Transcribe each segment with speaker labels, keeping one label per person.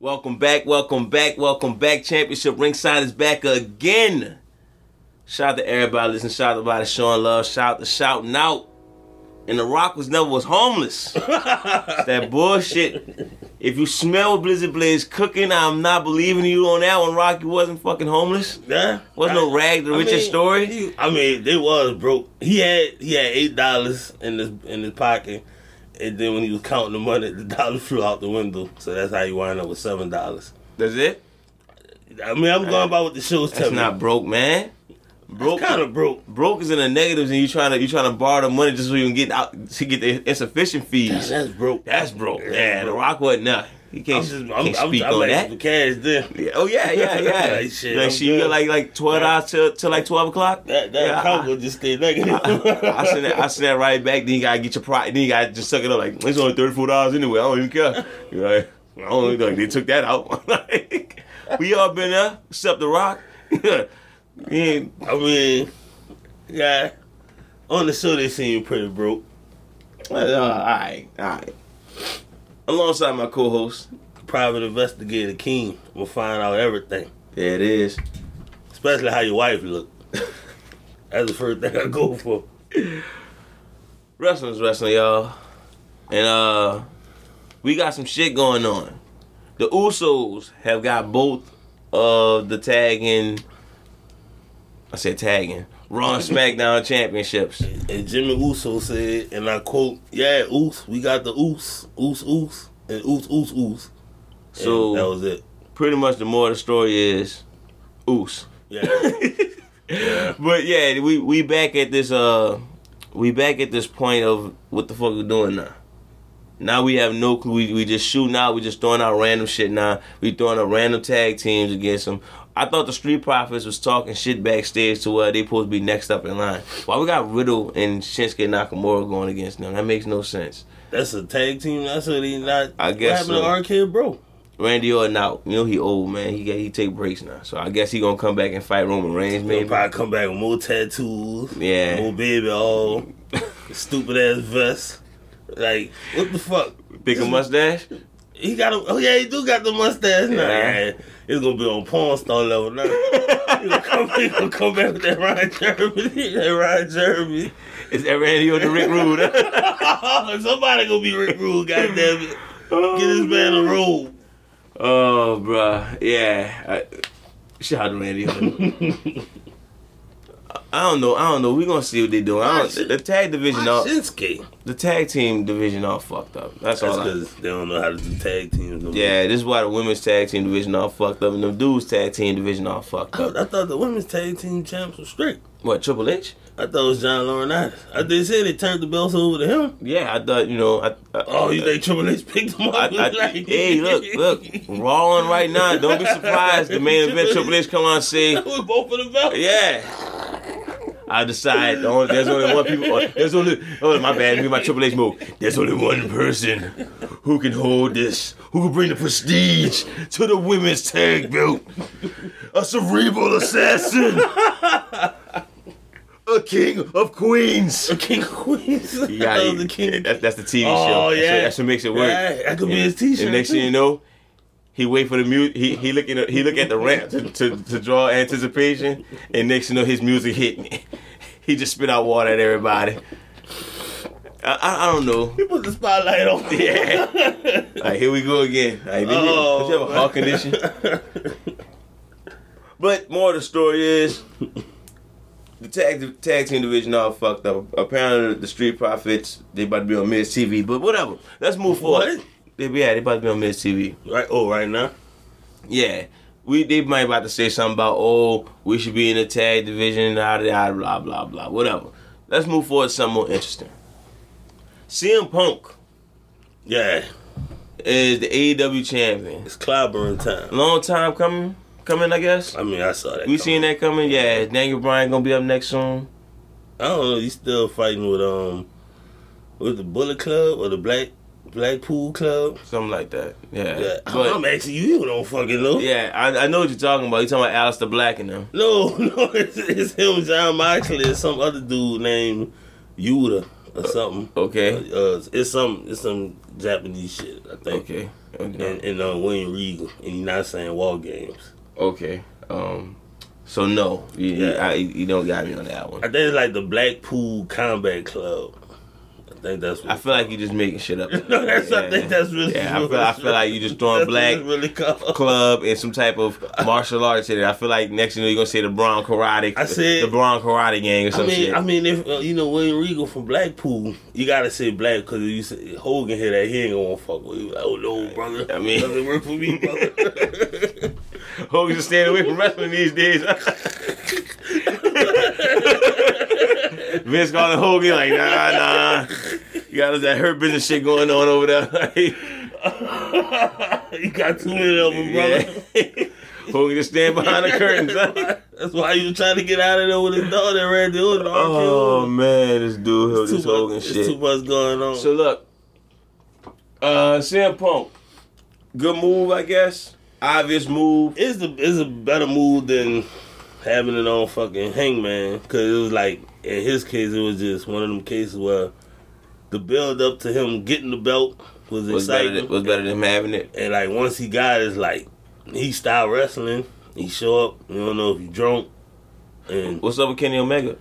Speaker 1: Welcome back, welcome back, welcome back. Championship Ringside is back again. Shout out to everybody listening. Shout out to everybody showing love. Shout out to shouting out. And The Rock was never was homeless. It's that bullshit. If you smell Blizzard Blaze cooking, I'm not believing you on that one, Rock. You wasn't fucking homeless.
Speaker 2: Yeah.
Speaker 1: Wasn't no rag the richest
Speaker 2: mean,
Speaker 1: story.
Speaker 2: he- I mean, they was broke. He had he had eight dollars in his in his pocket, and then when he was counting the money, the dollar flew out the window. So that's how you wind up with seven dollars.
Speaker 1: That's it.
Speaker 2: I mean, I'm going by what the show's
Speaker 1: That's
Speaker 2: telling
Speaker 1: not
Speaker 2: me.
Speaker 1: broke, man. Broke
Speaker 2: Kind of broke.
Speaker 1: broke is in the negatives, and you trying to you trying to borrow the money just so you can get out to get the insufficient fees.
Speaker 2: That's broke.
Speaker 1: That's broke.
Speaker 2: That's
Speaker 1: Yeah, The
Speaker 2: broke.
Speaker 1: Rock wasn't nothing. He
Speaker 2: I'm
Speaker 1: can't,
Speaker 2: just I'm,
Speaker 1: can't
Speaker 2: I'm,
Speaker 1: speak
Speaker 2: I'm
Speaker 1: on that.
Speaker 2: asking for cash then.
Speaker 1: Yeah, Oh yeah, yeah, yeah.
Speaker 2: Like, shit,
Speaker 1: like
Speaker 2: I'm
Speaker 1: she got
Speaker 2: good.
Speaker 1: like like twelve hours till till like twelve o'clock.
Speaker 2: That that
Speaker 1: Yeah,
Speaker 2: account
Speaker 1: I-
Speaker 2: will just stay negative.
Speaker 1: I send that I send that right back. Then you gotta get your pride. Then you gotta just suck it up. Like it's only thirty four dollars anyway. I don't even care. You're like I don't even like they took that out. like, we all been there except the Rock. yeah, yeah,
Speaker 2: I mean, yeah. On the show, they seem pretty broke.
Speaker 1: uh, all right, all right. Alongside my co-host,
Speaker 2: Private investigator King will find out everything,
Speaker 1: there it is.
Speaker 2: especially how your wife look. That's the first thing I go for.
Speaker 1: Wrestling's wrestling, y'all. And uh we got some shit going on. The Usos have got both of the tagging I said tagging. Raw and SmackDown championships.
Speaker 2: And Jimmy Uso said, and I quote, "Yeah, Oos, we got the Oos, Oos, Oos, and Oos, Oos, Oos." And
Speaker 1: So-
Speaker 2: that was it.
Speaker 1: Pretty much the more the story is Oos.
Speaker 2: Yeah,
Speaker 1: But yeah, we we back at this uh we back at this point of what the fuck we doing now. Now we have no clue. We, we just shooting out. We just throwing out random shit now. We throwing out random tag teams against them. I thought the Street Profits was talking shit backstage to where they supposed to be next up in line. Why we got Riddle and Shinsuke Nakamura going against them? That makes no sense.
Speaker 2: that's a tag team. That's what he not.
Speaker 1: I guess
Speaker 2: what happened
Speaker 1: so.
Speaker 2: to Arcade Bro.
Speaker 1: Randy Orton out. You know he old man. He get, he take breaks now. So I guess he gonna come back and fight Roman Reigns
Speaker 2: They'll
Speaker 1: maybe.
Speaker 2: probably come back with more tattoos.
Speaker 1: Yeah.
Speaker 2: More baby all stupid ass vest. Like, what the fuck?
Speaker 1: Big a mustache.
Speaker 2: He got a oh yeah, he do got the mustache now.
Speaker 1: Yeah.
Speaker 2: Yeah, It's gonna be on porn star level now. he, gonna come, he gonna come back with that Ryan Jeremy. That Ryan Jeremy.
Speaker 1: Is that Randy Orton Rick Rude?
Speaker 2: Somebody gonna be Rick Rule, goddamn it. Get this man a robe.
Speaker 1: Oh, bruh. Yeah. I, shout out to Randy. Orton. I don't know. I don't know. We're gonna see what they do. I
Speaker 2: Why
Speaker 1: don't,
Speaker 2: shit-
Speaker 1: the tag division, all,
Speaker 2: Shinsuke.
Speaker 1: the tag team division, all fucked up. That's,
Speaker 2: That's
Speaker 1: all. I,
Speaker 2: because they don't know how to do tag teams no more.
Speaker 1: uh, yeah, this is why the women's tag team division all fucked up, and the dudes tag team division all fucked
Speaker 2: I,
Speaker 1: up.
Speaker 2: I thought the women's tag team champs were straight.
Speaker 1: What Triple H?
Speaker 2: I thought it was John Laurinaitis. I they said they turned the belts over to him.
Speaker 1: Yeah, I thought you know. I, I,
Speaker 2: Oh, you think Triple H picked him
Speaker 1: I,
Speaker 2: up?
Speaker 1: I, hey, look, look, Raw on right now. Don't be surprised. The main event, Triple H, come on, and say,
Speaker 2: With both of the belts.
Speaker 1: Yeah. I decide the only, there's only one people. There's only oh my bad, me and my Triple H move. There's only one person who can hold this, who can bring the prestige to the women's tag belt. A cerebral assassin, a king of queens.
Speaker 2: The King of Queens.
Speaker 1: Yeah,
Speaker 2: That was the King of
Speaker 1: that- that's the TV show.
Speaker 2: Oh,
Speaker 1: That's,
Speaker 2: yeah.
Speaker 1: what, that's what makes it work.
Speaker 2: Yeah, that could be
Speaker 1: And-
Speaker 2: his T-shirt,
Speaker 1: And next thing
Speaker 2: too.
Speaker 1: you know, he wait for the music. He he look at he look at the ramp to, to, to draw anticipation. And next you know, his music hit me. He just spit out water at everybody. I, I, I don't know.
Speaker 2: He put the spotlight on me.
Speaker 1: Yeah. Like here we go again. Like, did you-
Speaker 2: Oh.
Speaker 1: did you have a heart condition? But more of the story is the tag tag team division all fucked up. Apparently the Street Profits they about to be on Miz TV, but whatever. Let's move forward.
Speaker 2: What?
Speaker 1: They, yeah, they about to be on Miz TV.
Speaker 2: right. Oh, right now.
Speaker 1: Yeah. We they might about to say something about oh we should be in the tag division blah blah blah blah blah whatever. Let's move forward to something more interesting. CM Punk
Speaker 2: Yeah,
Speaker 1: is the AEW champion.
Speaker 2: it's clobbering time.
Speaker 1: Long time coming, coming I guess.
Speaker 2: I mean, I saw that.
Speaker 1: We
Speaker 2: coming.
Speaker 1: seen that coming. Yeah, Daniel Bryan gonna be up next soon.
Speaker 2: I don't know. He's still fighting with um, with the Bullet Club or the Black Blackpool Club.
Speaker 1: something like that. Yeah,
Speaker 2: Yeah,
Speaker 1: but
Speaker 2: I'm asking you. You don't fucking know.
Speaker 1: yeah, I, I know what you're talking about. You talking about Alistair Black and them.
Speaker 2: No, no, it's, it's him, John Moxley, and some other dude named Yuta or something.
Speaker 1: Okay.
Speaker 2: Uh, uh, it's some it's some Japanese shit, I think.
Speaker 1: Okay, okay,
Speaker 2: And, and uh, William Regal, and he's not saying war games.
Speaker 1: okay. Um, so no, you, you,
Speaker 2: Yeah.
Speaker 1: I, you don't got me on that one.
Speaker 2: I think it's like the Blackpool Combat Club. I think that's what.
Speaker 1: I feel like you just making shit up.
Speaker 2: no, that's I think that's really.
Speaker 1: Yeah, I feel, I feel like you just throwing
Speaker 2: that's what
Speaker 1: black
Speaker 2: it's really called.
Speaker 1: club and some type of martial arts in it. I feel like next thing you know, you're gonna say the Bron Karate,
Speaker 2: I said-
Speaker 1: the Bron Karate Gang or
Speaker 2: I
Speaker 1: some
Speaker 2: mean,
Speaker 1: shit.
Speaker 2: I mean, if uh, you know William Regal from Blackpool, you gotta say black because you say Hogan hear that he ain't gonna fuck with you. Like, oh no, brother,
Speaker 1: I mean-
Speaker 2: doesn't work for me, brother.
Speaker 1: Hogan's just staying away from wrestling these days. Vince calling Hogan like, nah, nah. You got that hurt business shit going on over there. Like,
Speaker 2: you got too many of them, brother.
Speaker 1: yeah. Hogan just stand behind the curtains.
Speaker 2: That's why you was trying to get out of there with his dog that ran the other
Speaker 1: oh man, this dude,
Speaker 2: too
Speaker 1: this Hogan
Speaker 2: much,
Speaker 1: shit.
Speaker 2: It's too much going on.
Speaker 1: So look, uh, CM Punk, good move, I guess. Obvious move.
Speaker 2: it's the it's a better move than having it on fucking Hangman because it was like in his case it was just one of them cases where the build up to him getting the belt was
Speaker 1: Was better,
Speaker 2: exciting,
Speaker 1: than, was better than him having it.
Speaker 2: and like once he got it, it's like he stopped wrestling. He show up. You don't know if he drunk, and
Speaker 1: What's up with Kenny Omega?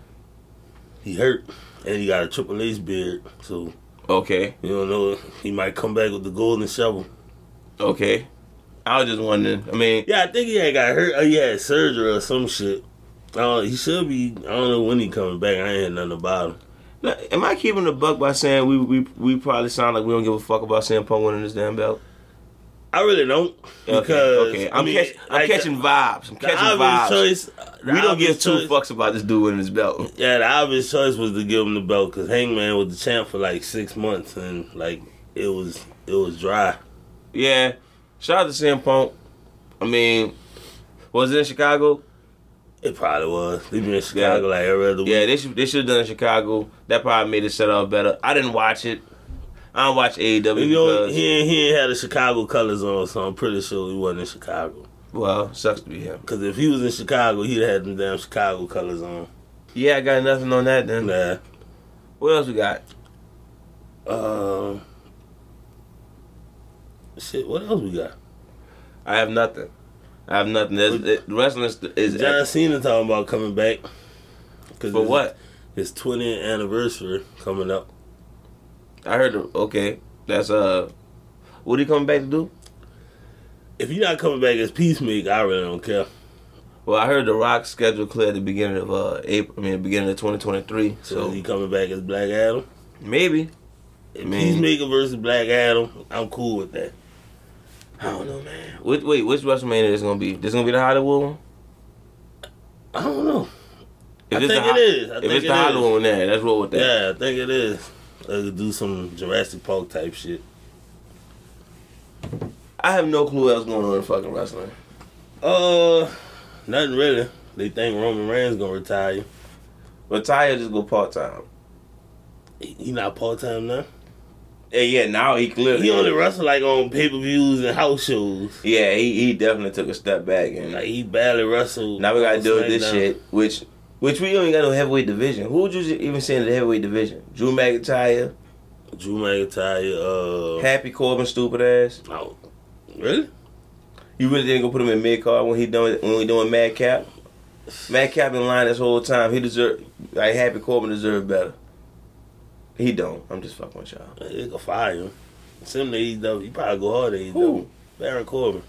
Speaker 2: he hurt, and he got a Triple H beard, so.
Speaker 1: Okay,
Speaker 2: You don't know. He might come back with the golden shovel.
Speaker 1: okay. I was just wondering. I mean,
Speaker 2: Yeah, I think he had got hurt. Oh, he had surgery or some shit. I don't, he should be. I don't know when he coming back. I ain't heard nothing about him.
Speaker 1: now, am I keeping the buck by saying we we we probably sound like we don't give a fuck about CM Punk winning this damn belt?
Speaker 2: I really don't
Speaker 1: Okay,
Speaker 2: because
Speaker 1: okay.
Speaker 2: I
Speaker 1: I'm,
Speaker 2: mean,
Speaker 1: catch- I'm
Speaker 2: like,
Speaker 1: catching vibes. I'm
Speaker 2: The,
Speaker 1: catching vibes.
Speaker 2: obvious choice.
Speaker 1: we
Speaker 2: the
Speaker 1: don't give
Speaker 2: obvious
Speaker 1: two
Speaker 2: choice-
Speaker 1: fucks about this dude winning his belt.
Speaker 2: Yeah, the obvious choice was to give him the belt because Hangman was the champ for like six months and like it was it was dry.
Speaker 1: Yeah. Shout out to CM Punk. I mean, was it in Chicago?
Speaker 2: It probably was. They been in Chicago like every other week.
Speaker 1: Yeah, they should they should have done it in Chicago. That probably made it set up better. I didn't watch it. I don't watch AEW
Speaker 2: you know
Speaker 1: because
Speaker 2: he ain't, he ain't had the Chicago colors on, so I'm pretty sure he wasn't in Chicago.
Speaker 1: well, sucks to be him.
Speaker 2: Cause if he was in Chicago, he'd have them damn Chicago colors on.
Speaker 1: Yeah, I got nothing on that then.
Speaker 2: Nah.
Speaker 1: What else we got?
Speaker 2: Um. Shit. What else we got?
Speaker 1: I have nothing. I have nothing. There's, it, wrestling is, is
Speaker 2: John Cena talking about coming back. Cause
Speaker 1: for
Speaker 2: it's-
Speaker 1: what?
Speaker 2: His 20th anniversary coming up.
Speaker 1: I heard. the- Okay, that's uh, what are you coming back to do?
Speaker 2: If you're not coming back as Peacemaker, I really don't care.
Speaker 1: Well, I heard the Rock schedule clear at the beginning of uh April. I mean, the beginning of 2023.
Speaker 2: So
Speaker 1: So
Speaker 2: he coming back as Black Adam.
Speaker 1: maybe.
Speaker 2: If
Speaker 1: Man.
Speaker 2: Peacemaker versus Black Adam, I'm cool with that. I don't know, man.
Speaker 1: Which, wait, which WrestleMania is gonna be? This gonna be the Hollywood one?
Speaker 2: I don't know. I
Speaker 1: it's
Speaker 2: think
Speaker 1: the, Ho-
Speaker 2: it is. I
Speaker 1: if
Speaker 2: think
Speaker 1: it's
Speaker 2: it
Speaker 1: the
Speaker 2: is.
Speaker 1: Hollywood one, there, let's roll with that.
Speaker 2: Yeah, I think it is. Let's do some Jurassic Park type shit.
Speaker 1: I have no clue what's going on in fucking wrestling.
Speaker 2: Uh, nothing really. They think Roman Reigns gonna retire.
Speaker 1: But Tyler just go part time.
Speaker 2: He, he not part time now.
Speaker 1: Yeah, yeah. Now he clearly.
Speaker 2: He only wrestle like on pay per views and house shows.
Speaker 1: Yeah, he, he definitely took a step back, and
Speaker 2: Like he barely wrestled.
Speaker 1: now we gotta
Speaker 2: on
Speaker 1: deal with this
Speaker 2: SmackDown.
Speaker 1: shit, which which we don't even got no heavyweight division. Who would you even say in the heavyweight division? Drew McIntyre,
Speaker 2: Drew McIntyre. Uh,
Speaker 1: Happy Corbin, stupid ass.
Speaker 2: oh, really?
Speaker 1: You really didn't go put him in mid card when he done when we doing Madcap. Madcap in line this whole time. He deserved like Happy Corbin deserved better. He don't. I'm just fucking with y'all.
Speaker 2: They could fire him. Send him to AEW. He probably go hard at AEW.
Speaker 1: Who?
Speaker 2: Baron Corbin.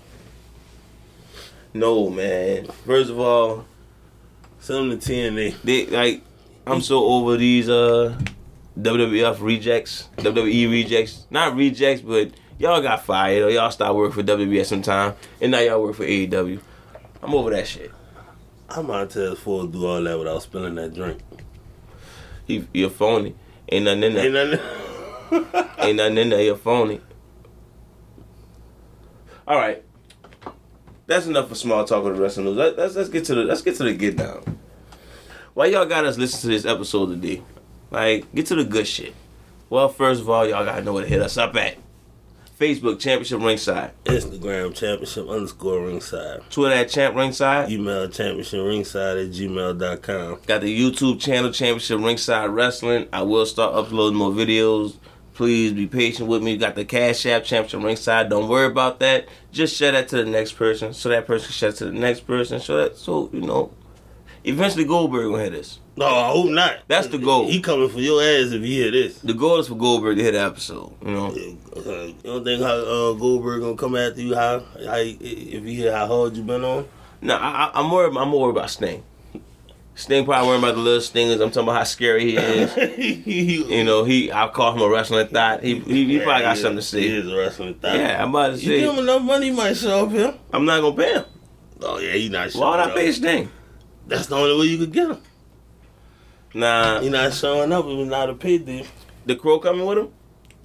Speaker 1: No man. First of all,
Speaker 2: Send him to TNA.
Speaker 1: They like I'm so over these uh WWF rejects, WWE rejects. Not rejects, but y'all got fired or y'all stopped working for E WWE sometime and now y'all work for AEW. I'm over that shit.
Speaker 2: I'm out to his fool do all that without spilling that drink.
Speaker 1: He, you're phony. Ain't nothing in
Speaker 2: Ain't
Speaker 1: there.
Speaker 2: nothing.
Speaker 1: Ain't nothing in there. You're phony. All right. That's enough for small talk of the wrestling news. Let, let's let's get to the let's get to the get down. Why y'all got us listen to this episode today? Like, get to the good shit. Well, first of all, y'all gotta know where to hit us up at. Facebook Championship Ringside,
Speaker 2: Instagram championship underscore ringside.
Speaker 1: Twitter at Champ Ringside.
Speaker 2: Email championship ringside at gmail.com.
Speaker 1: Got the YouTube channel Championship Ringside Wrestling. I will start uploading more videos. Please be patient with me. Got the Cash App Championship Ringside. Don't worry about that. Just share that to the next person. So that person shares to the next person. So that so you know. Eventually Goldberg will hit this.
Speaker 2: No, I hope not.
Speaker 1: That's the goal.
Speaker 2: He coming for your ass if he hear this.
Speaker 1: The goal is for Goldberg to hit the episode. You know.
Speaker 2: Uh, you don't think how uh, Goldberg gonna come after you? How, how if he hear how hard you been on?
Speaker 1: No, I, I- I'm worried. I'm more worried about Sting. Sting probably worried about the little stingers. I'm talking about how scary he is. You know, he I call him a wrestling thought. He he, he probably got something to
Speaker 2: He
Speaker 1: say.
Speaker 2: is a wrestling thought.
Speaker 1: Yeah, I'm about to
Speaker 2: You give him
Speaker 1: say
Speaker 2: enough money, he might show up here.
Speaker 1: I'm not gonna pay him.
Speaker 2: Oh yeah, he not showing
Speaker 1: Why would
Speaker 2: up.
Speaker 1: I pay Sting?
Speaker 2: That's the only way you could get him.
Speaker 1: Nah,
Speaker 2: He not showing up if he's not a paid deal.
Speaker 1: the crow coming with him.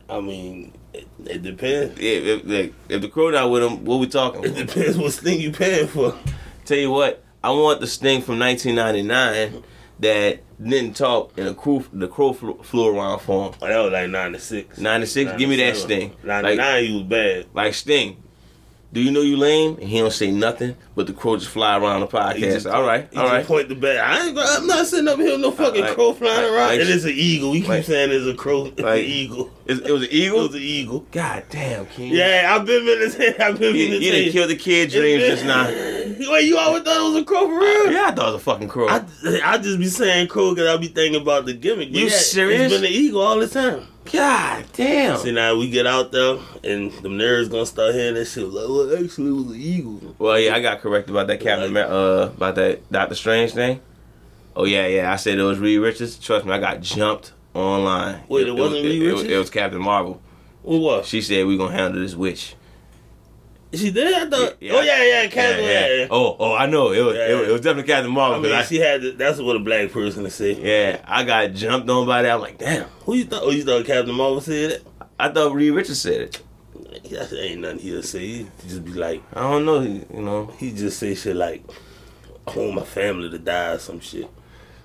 Speaker 2: I mean, it, it depends.
Speaker 1: Yeah, if, like, if the crow not with him, what we
Speaker 2: It
Speaker 1: talking?
Speaker 2: depends what thing you paying for.
Speaker 1: Tell you what, I want the Sting from 1999 that didn't talk and the crow the crow flew, flew around for him.
Speaker 2: Oh, that was like 96.
Speaker 1: 96, give me that Sting.
Speaker 2: 99,
Speaker 1: Like-
Speaker 2: he was bad.
Speaker 1: Like Sting, do you know you lame? And he don't say nothing, but the crow just fly around the podcast.
Speaker 2: He just-
Speaker 1: all right,
Speaker 2: he
Speaker 1: all
Speaker 2: just
Speaker 1: right.
Speaker 2: Point the bat. I ain't, gonna- I'm not sitting up here with no fucking
Speaker 1: Like-
Speaker 2: crow flying
Speaker 1: like-
Speaker 2: around.
Speaker 1: like-
Speaker 2: and it's an eagle. We keep
Speaker 1: like-
Speaker 2: saying it's a crow. It's
Speaker 1: like-
Speaker 2: an eagle.
Speaker 1: It, it was an
Speaker 2: It
Speaker 1: eagle.
Speaker 2: was an eagle.
Speaker 1: God damn, King.
Speaker 2: Yeah, I've been in this. I've been
Speaker 1: you,
Speaker 2: in
Speaker 1: you done
Speaker 2: this.
Speaker 1: killed the kid dreams just now.
Speaker 2: Wait, you always thought it was a crow for real?
Speaker 1: Yeah, I thought it was a fucking crow.
Speaker 2: I, I just be saying crow because I be thinking about the gimmick. but
Speaker 1: You
Speaker 2: yeah,
Speaker 1: serious?
Speaker 2: It's been an eagle all the time.
Speaker 1: God damn.
Speaker 2: See now we get out there and the nerds gonna start hearing that shit. Like, well, actually, it was an eagle.
Speaker 1: Well, yeah, I got corrected about that Captain Amer- uh about that Doctor Strange thing. Oh yeah, yeah, I said it was Reed Richards. Trust me, I got jumped online.
Speaker 2: Wait, it wasn't
Speaker 1: was-
Speaker 2: Reed
Speaker 1: it was- It,
Speaker 2: Richards?
Speaker 1: was Captain Marvel.
Speaker 2: What? Was?
Speaker 1: She said we gonna handle this witch.
Speaker 2: She did. I thought.
Speaker 1: Yeah,
Speaker 2: oh
Speaker 1: I-
Speaker 2: yeah, yeah, Captain. Yeah, yeah.
Speaker 1: Oh, oh, I know. It was
Speaker 2: Yeah,
Speaker 1: it, was-
Speaker 2: yeah.
Speaker 1: it was definitely Captain
Speaker 2: I
Speaker 1: Marvel.
Speaker 2: mean,
Speaker 1: 'cause I-
Speaker 2: she had. To, that's what a black person to say.
Speaker 1: yeah, I got jumped on by that. I'm like, damn.
Speaker 2: Who you thought? Oh, you thought Captain Marvel said
Speaker 1: I thought Reed Richards said it.
Speaker 2: it? That ain't nothing he'll say. He just be like,
Speaker 1: I don't know. You know,
Speaker 2: he just say shit like, "I want my family to die" or some shit.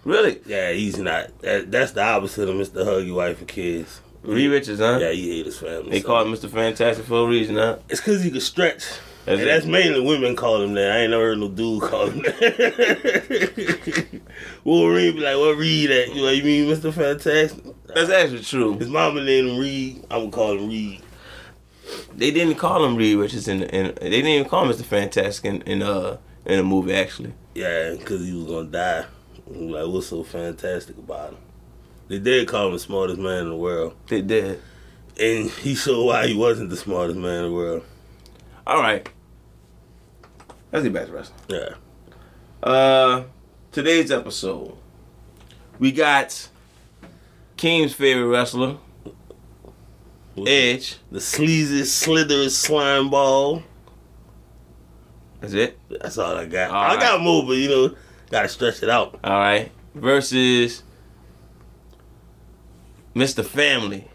Speaker 1: really,
Speaker 2: Yeah, he's not. That, that's the opposite of Mr. Hug Your Wife and Kids.
Speaker 1: Reed Richards, huh?
Speaker 2: Yeah, he hate his family.
Speaker 1: They
Speaker 2: so-
Speaker 1: call him Mr. Fantastic for a reason, huh?
Speaker 2: It's because he could stretch.
Speaker 1: That's it.
Speaker 2: That's and that's mainly women call him that. I ain't never heard no dude call him that. Wolverine be like, what Reed at? You know, you mean Mr. Fantastic?
Speaker 1: That's actually true.
Speaker 2: His mama named him Reed. I'm going to call him Reed.
Speaker 1: They didn't call him Reed Richards in, in they didn't even call him Mr. Fantastic in, in uh in the movie actually.
Speaker 2: Yeah, because he was going to die. I'm like, what's so fantastic about him? They did call him the smartest man in the world.
Speaker 1: They did.
Speaker 2: And he showed why he wasn't the smartest man in the world.
Speaker 1: All right. Let's get back to wrestling.
Speaker 2: Yeah.
Speaker 1: Uh, today's episode, we got King's favorite wrestler Edge.
Speaker 2: The sleazy, slithery slime ball.
Speaker 1: That's it.
Speaker 2: That's all I got.
Speaker 1: All
Speaker 2: I
Speaker 1: right.
Speaker 2: got more, but you know, got to stretch it out.
Speaker 1: All right. Versus Mr. Family,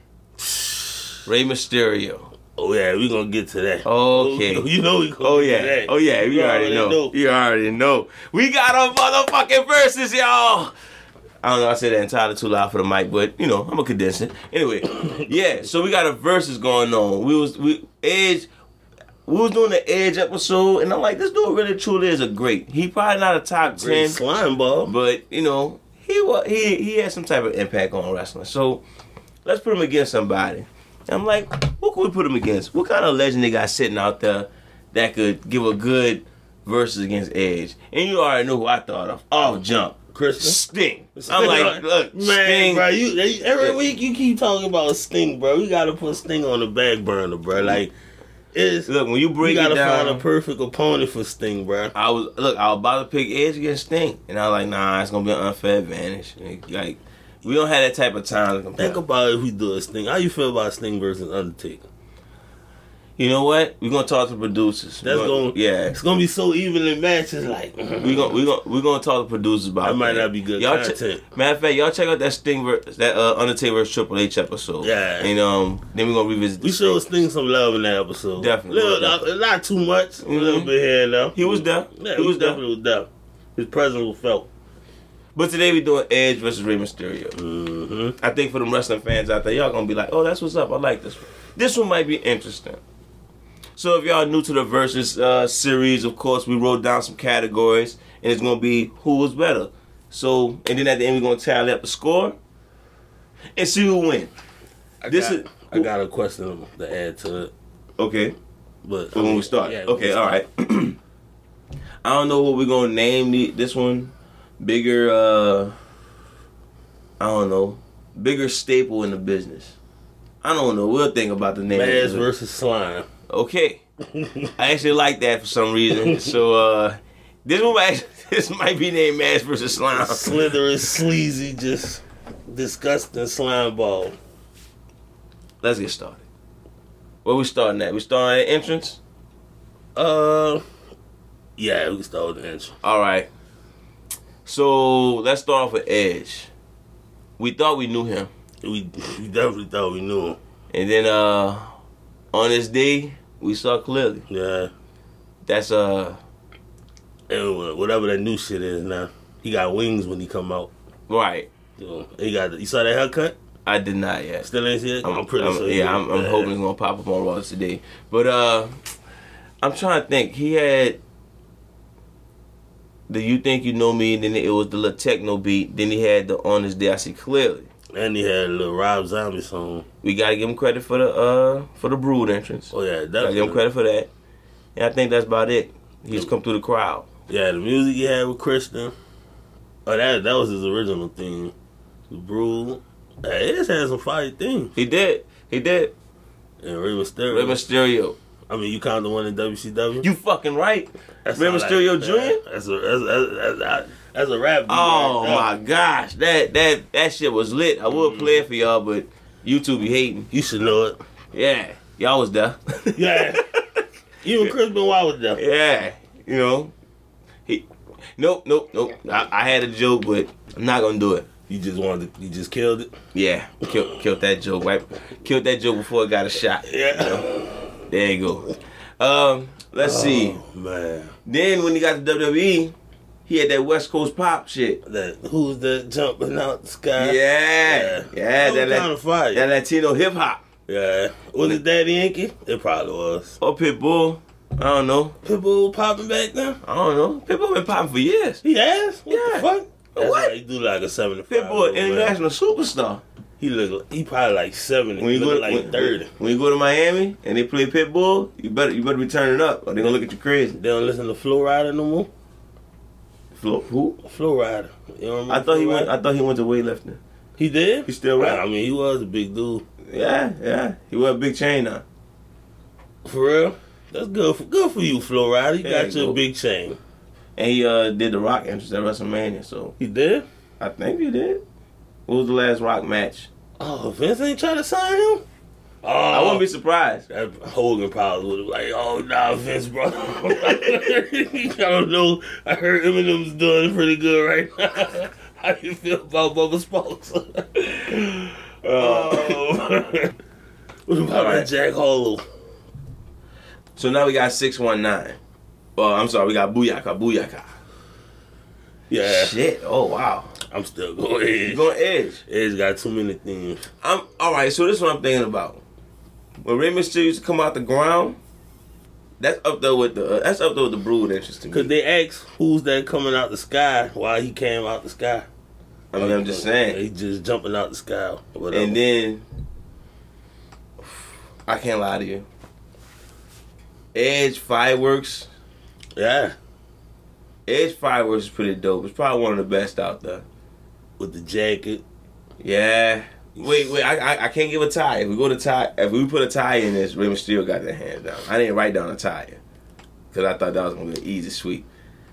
Speaker 1: Rey Mysterio.
Speaker 2: Oh yeah, we gonna get to that.
Speaker 1: Okay.
Speaker 2: Oh, you know we. Gonna
Speaker 1: Oh
Speaker 2: get to
Speaker 1: yeah.
Speaker 2: that.
Speaker 1: Oh yeah, we
Speaker 2: You
Speaker 1: already know. You already know. We got a motherfucking versus, y'all. I don't know, I said that entirely too loud for the mic, but you know, I'm a condense it. Anyway, yeah, so we got a versus going on. We was we Edge we was doing the Edge episode and I'm like, this dude really truly is a great. He probably not a top
Speaker 2: Great
Speaker 1: ten
Speaker 2: slime ball.
Speaker 1: but you know he was he he had some type of impact on wrestling. So let's put him against somebody. I'm like, what could we put him against? What kind of legend they got sitting out there that could give a good versus against Edge? And you already know who I thought of. Off jump,
Speaker 2: Chris.
Speaker 1: Sting. I'm like, look,
Speaker 2: man,
Speaker 1: Sting.
Speaker 2: bro. You they, every week you keep talking about Sting, bro. We gotta put Sting on the back burner, bro. Like, it's
Speaker 1: Mm-hmm. Look, when you
Speaker 2: we
Speaker 1: break it
Speaker 2: gotta find a
Speaker 1: down,
Speaker 2: perfect opponent for Sting, bro.
Speaker 1: I was look, I was about to pick Edge against Sting, and I was like, nah, it's gonna be an unfair advantage. Like, we don't have that type of time to compare.
Speaker 2: Think about if we do a Sting. How you feel about Sting versus Undertaker?
Speaker 1: You know what? We're gonna talk to the producers.
Speaker 2: That's
Speaker 1: We're gonna-
Speaker 2: gonna-
Speaker 1: yeah.
Speaker 2: It's gonna be so even in matches. Like,
Speaker 1: We gon' we gon' we gonna talk to producers about
Speaker 2: That might not be good
Speaker 1: Mm-hmm. Y'all
Speaker 2: content.
Speaker 1: matter of fact, y'all check out that Sting ver- that uh, Undertaker versus Triple H episode.
Speaker 2: Yeah.
Speaker 1: and um, then we are gonna revisit.
Speaker 2: we
Speaker 1: the
Speaker 2: showed
Speaker 1: Sting.
Speaker 2: Sting some love in that episode.
Speaker 1: Definitely.
Speaker 2: Little- not, not too much. A little
Speaker 1: Mhm.
Speaker 2: bit here and there.
Speaker 1: He was there.
Speaker 2: Yeah,
Speaker 1: he was there.
Speaker 2: definitely was there. His presence was felt.
Speaker 1: But today we doing Edge versus Rey Mysterio.
Speaker 2: Mm-hmm.
Speaker 1: I think for them wrestling fans out there, y'all gonna be like, oh, that's what's up. I like this. one. This one might be interesting. So if y'all new to the versus uh, series, of course, we wrote down some categories, and it's gonna be who was better. So and then at the end, we're gonna tally up the score and see who win.
Speaker 2: I
Speaker 1: This
Speaker 2: got,
Speaker 1: is-
Speaker 2: I got a question to add to it,
Speaker 1: Okay.
Speaker 2: but um,
Speaker 1: But when we start.
Speaker 2: yeah,
Speaker 1: okay,
Speaker 2: we
Speaker 1: all
Speaker 2: start.
Speaker 1: right. I don't know what we're gonna name the, this one. Bigger, uh, I don't know. Bigger staple in the business. I don't know. We'll think about the name. of
Speaker 2: Mads
Speaker 1: it.
Speaker 2: versus slime.
Speaker 1: Okay. I actually like that for some reason. So uh this one might this might be named Mass versus Slime.
Speaker 2: Slithery, sleazy, just disgusting slime ball.
Speaker 1: Let's get started. Where we starting at? We starting at entrance?
Speaker 2: Uh, yeah, we can start with the intro.
Speaker 1: Alright. So let's start off with Edge. We thought we knew him.
Speaker 2: We, we definitely thought we knew him.
Speaker 1: And then uh on this day we saw clearly.
Speaker 2: Yeah,
Speaker 1: That's uh
Speaker 2: and wha- whatever that new shit is now, he got wings when he come out.
Speaker 1: right.
Speaker 2: So, he got. You saw that haircut?
Speaker 1: I did not yet.
Speaker 2: Still ain't see it? I'm, pretty sure. he
Speaker 1: Yeah,
Speaker 2: did.
Speaker 1: I'm, I'm hoping it's gonna pop up on Raw today. But uh, I'm trying to think. He had the "You Think You Know Me," and then it was the little techno beat. Then he had the "On This Day I See Clearly."
Speaker 2: And he had a little Rob Zombie song.
Speaker 1: We gotta give him credit for the uh for the Brood entrance.
Speaker 2: Oh
Speaker 1: Gotta
Speaker 2: yeah,
Speaker 1: give him
Speaker 2: definitely.
Speaker 1: credit for that. And I think that's about it. He's come through the crowd.
Speaker 2: Yeah, the music he had with Christian. Oh, that that was his original theme. The Brew. Uh, It just had some fire things.
Speaker 1: He did. He did.
Speaker 2: And Rey Mysterio.
Speaker 1: Rey Mysterio.
Speaker 2: I mean, you count the one in WCW.
Speaker 1: You fucking right.
Speaker 2: that's
Speaker 1: Rey
Speaker 2: all I-
Speaker 1: Mysterio
Speaker 2: yeah,
Speaker 1: Jr.?
Speaker 2: That's a that's that's, that's, that's a rap. dude
Speaker 1: Oh
Speaker 2: right there.
Speaker 1: my gosh, that that that shit was lit. I
Speaker 2: Mm-hmm.
Speaker 1: would play it for y'all, but YouTube be hating.
Speaker 2: You should know it.
Speaker 1: Yeah, y'all was there.
Speaker 2: Yeah. you and Chris Benoit was there.
Speaker 1: yeah, you know. He, nope, nope, nope. I, I had a joke, but I'm not gonna do it.
Speaker 2: You just wanted. To, you just killed it.
Speaker 1: Yeah, kill, killed that joke. Right, killed that joke before it got a shot.
Speaker 2: Yeah. Oh,
Speaker 1: There you go. Um, let's see.
Speaker 2: Oh, man.
Speaker 1: Then when he got to WWE, he had that West Coast pop shit.
Speaker 2: That who's that jumping out the sky?
Speaker 1: Yeah, yeah,
Speaker 2: that
Speaker 1: that,
Speaker 2: was kind
Speaker 1: la-
Speaker 2: of fire.
Speaker 1: that Latino hip hop.
Speaker 2: Yeah. Was it Daddy Yankee? It probably was.
Speaker 1: Or Pitbull. I don't know.
Speaker 2: Pitbull popping back then?
Speaker 1: I don't know. Pitbull been popping for years.
Speaker 2: He ass? What
Speaker 1: Yeah.
Speaker 2: the fuck? That's
Speaker 1: What?
Speaker 2: why he do like a 75.
Speaker 1: Pitbull,
Speaker 2: old man.
Speaker 1: international superstar.
Speaker 2: He look like- he probably like 70.
Speaker 1: When
Speaker 2: he
Speaker 1: you go
Speaker 2: look
Speaker 1: to,
Speaker 2: like
Speaker 1: when,
Speaker 2: 30.
Speaker 1: when you go to Miami and they play Pitbull, you better you better be turning up or they gonna look at you crazy.
Speaker 2: They don't listen to Flow Rider no more?
Speaker 1: Flo, who?
Speaker 2: Flow Rider. You know what I mean?
Speaker 1: I thought he
Speaker 2: Flo
Speaker 1: went.
Speaker 2: Rida?
Speaker 1: I thought he went to weightlifting.
Speaker 2: he did?
Speaker 1: He still rap.
Speaker 2: I mean, he was a big dude.
Speaker 1: Yeah, yeah. He wear a big chain now.
Speaker 2: For real? That's good for, good for you, Flow Rider. You
Speaker 1: Yeah,
Speaker 2: got your
Speaker 1: go.
Speaker 2: big chain.
Speaker 1: And he uh, did the Rock entrance at WrestleMania, so
Speaker 2: He did?
Speaker 1: I think he did. What was the last Rock match?
Speaker 2: Oh, Vince ain't trying to sign him? Oh,
Speaker 1: I wouldn't be surprised.
Speaker 2: That Hogan probably would have like, oh nah, Vince, bro. I don't know. I heard Eminem's doing pretty good right now. How you feel about Bubba Sparks? oh. what about
Speaker 1: All right.
Speaker 2: that Jack Harlow?
Speaker 1: So now we got six one nine. Well, I'm sorry, we got Booyaka, Booyaka.
Speaker 2: Yeah,
Speaker 1: Shit. Oh wow.
Speaker 2: I'm still
Speaker 1: You
Speaker 2: going Edge.
Speaker 1: going Edge?
Speaker 2: Edge got too many things.
Speaker 1: I'm all right. So this is what I'm thinking about. When Rey Mysterio used to come out the ground, that's up there with the uh, that's up there with the Brood entrance to me.
Speaker 2: Cause they asked who's that coming out the sky while he came out the sky.
Speaker 1: I mean, I'm just saying.
Speaker 2: He just jumping out the sky. or Whatever.
Speaker 1: And then I can't lie to you. Edge fireworks,
Speaker 2: yeah,
Speaker 1: Edge fireworks is pretty dope. It's probably one of the best out there.
Speaker 2: with the jacket.
Speaker 1: Yeah. Wait, wait. I I, I can't give a tie. If we go to tie, if we put a tie in this, Rey Mysterio got their hand down. I didn't write down a tie because I thought that was gonna be an easy sweep.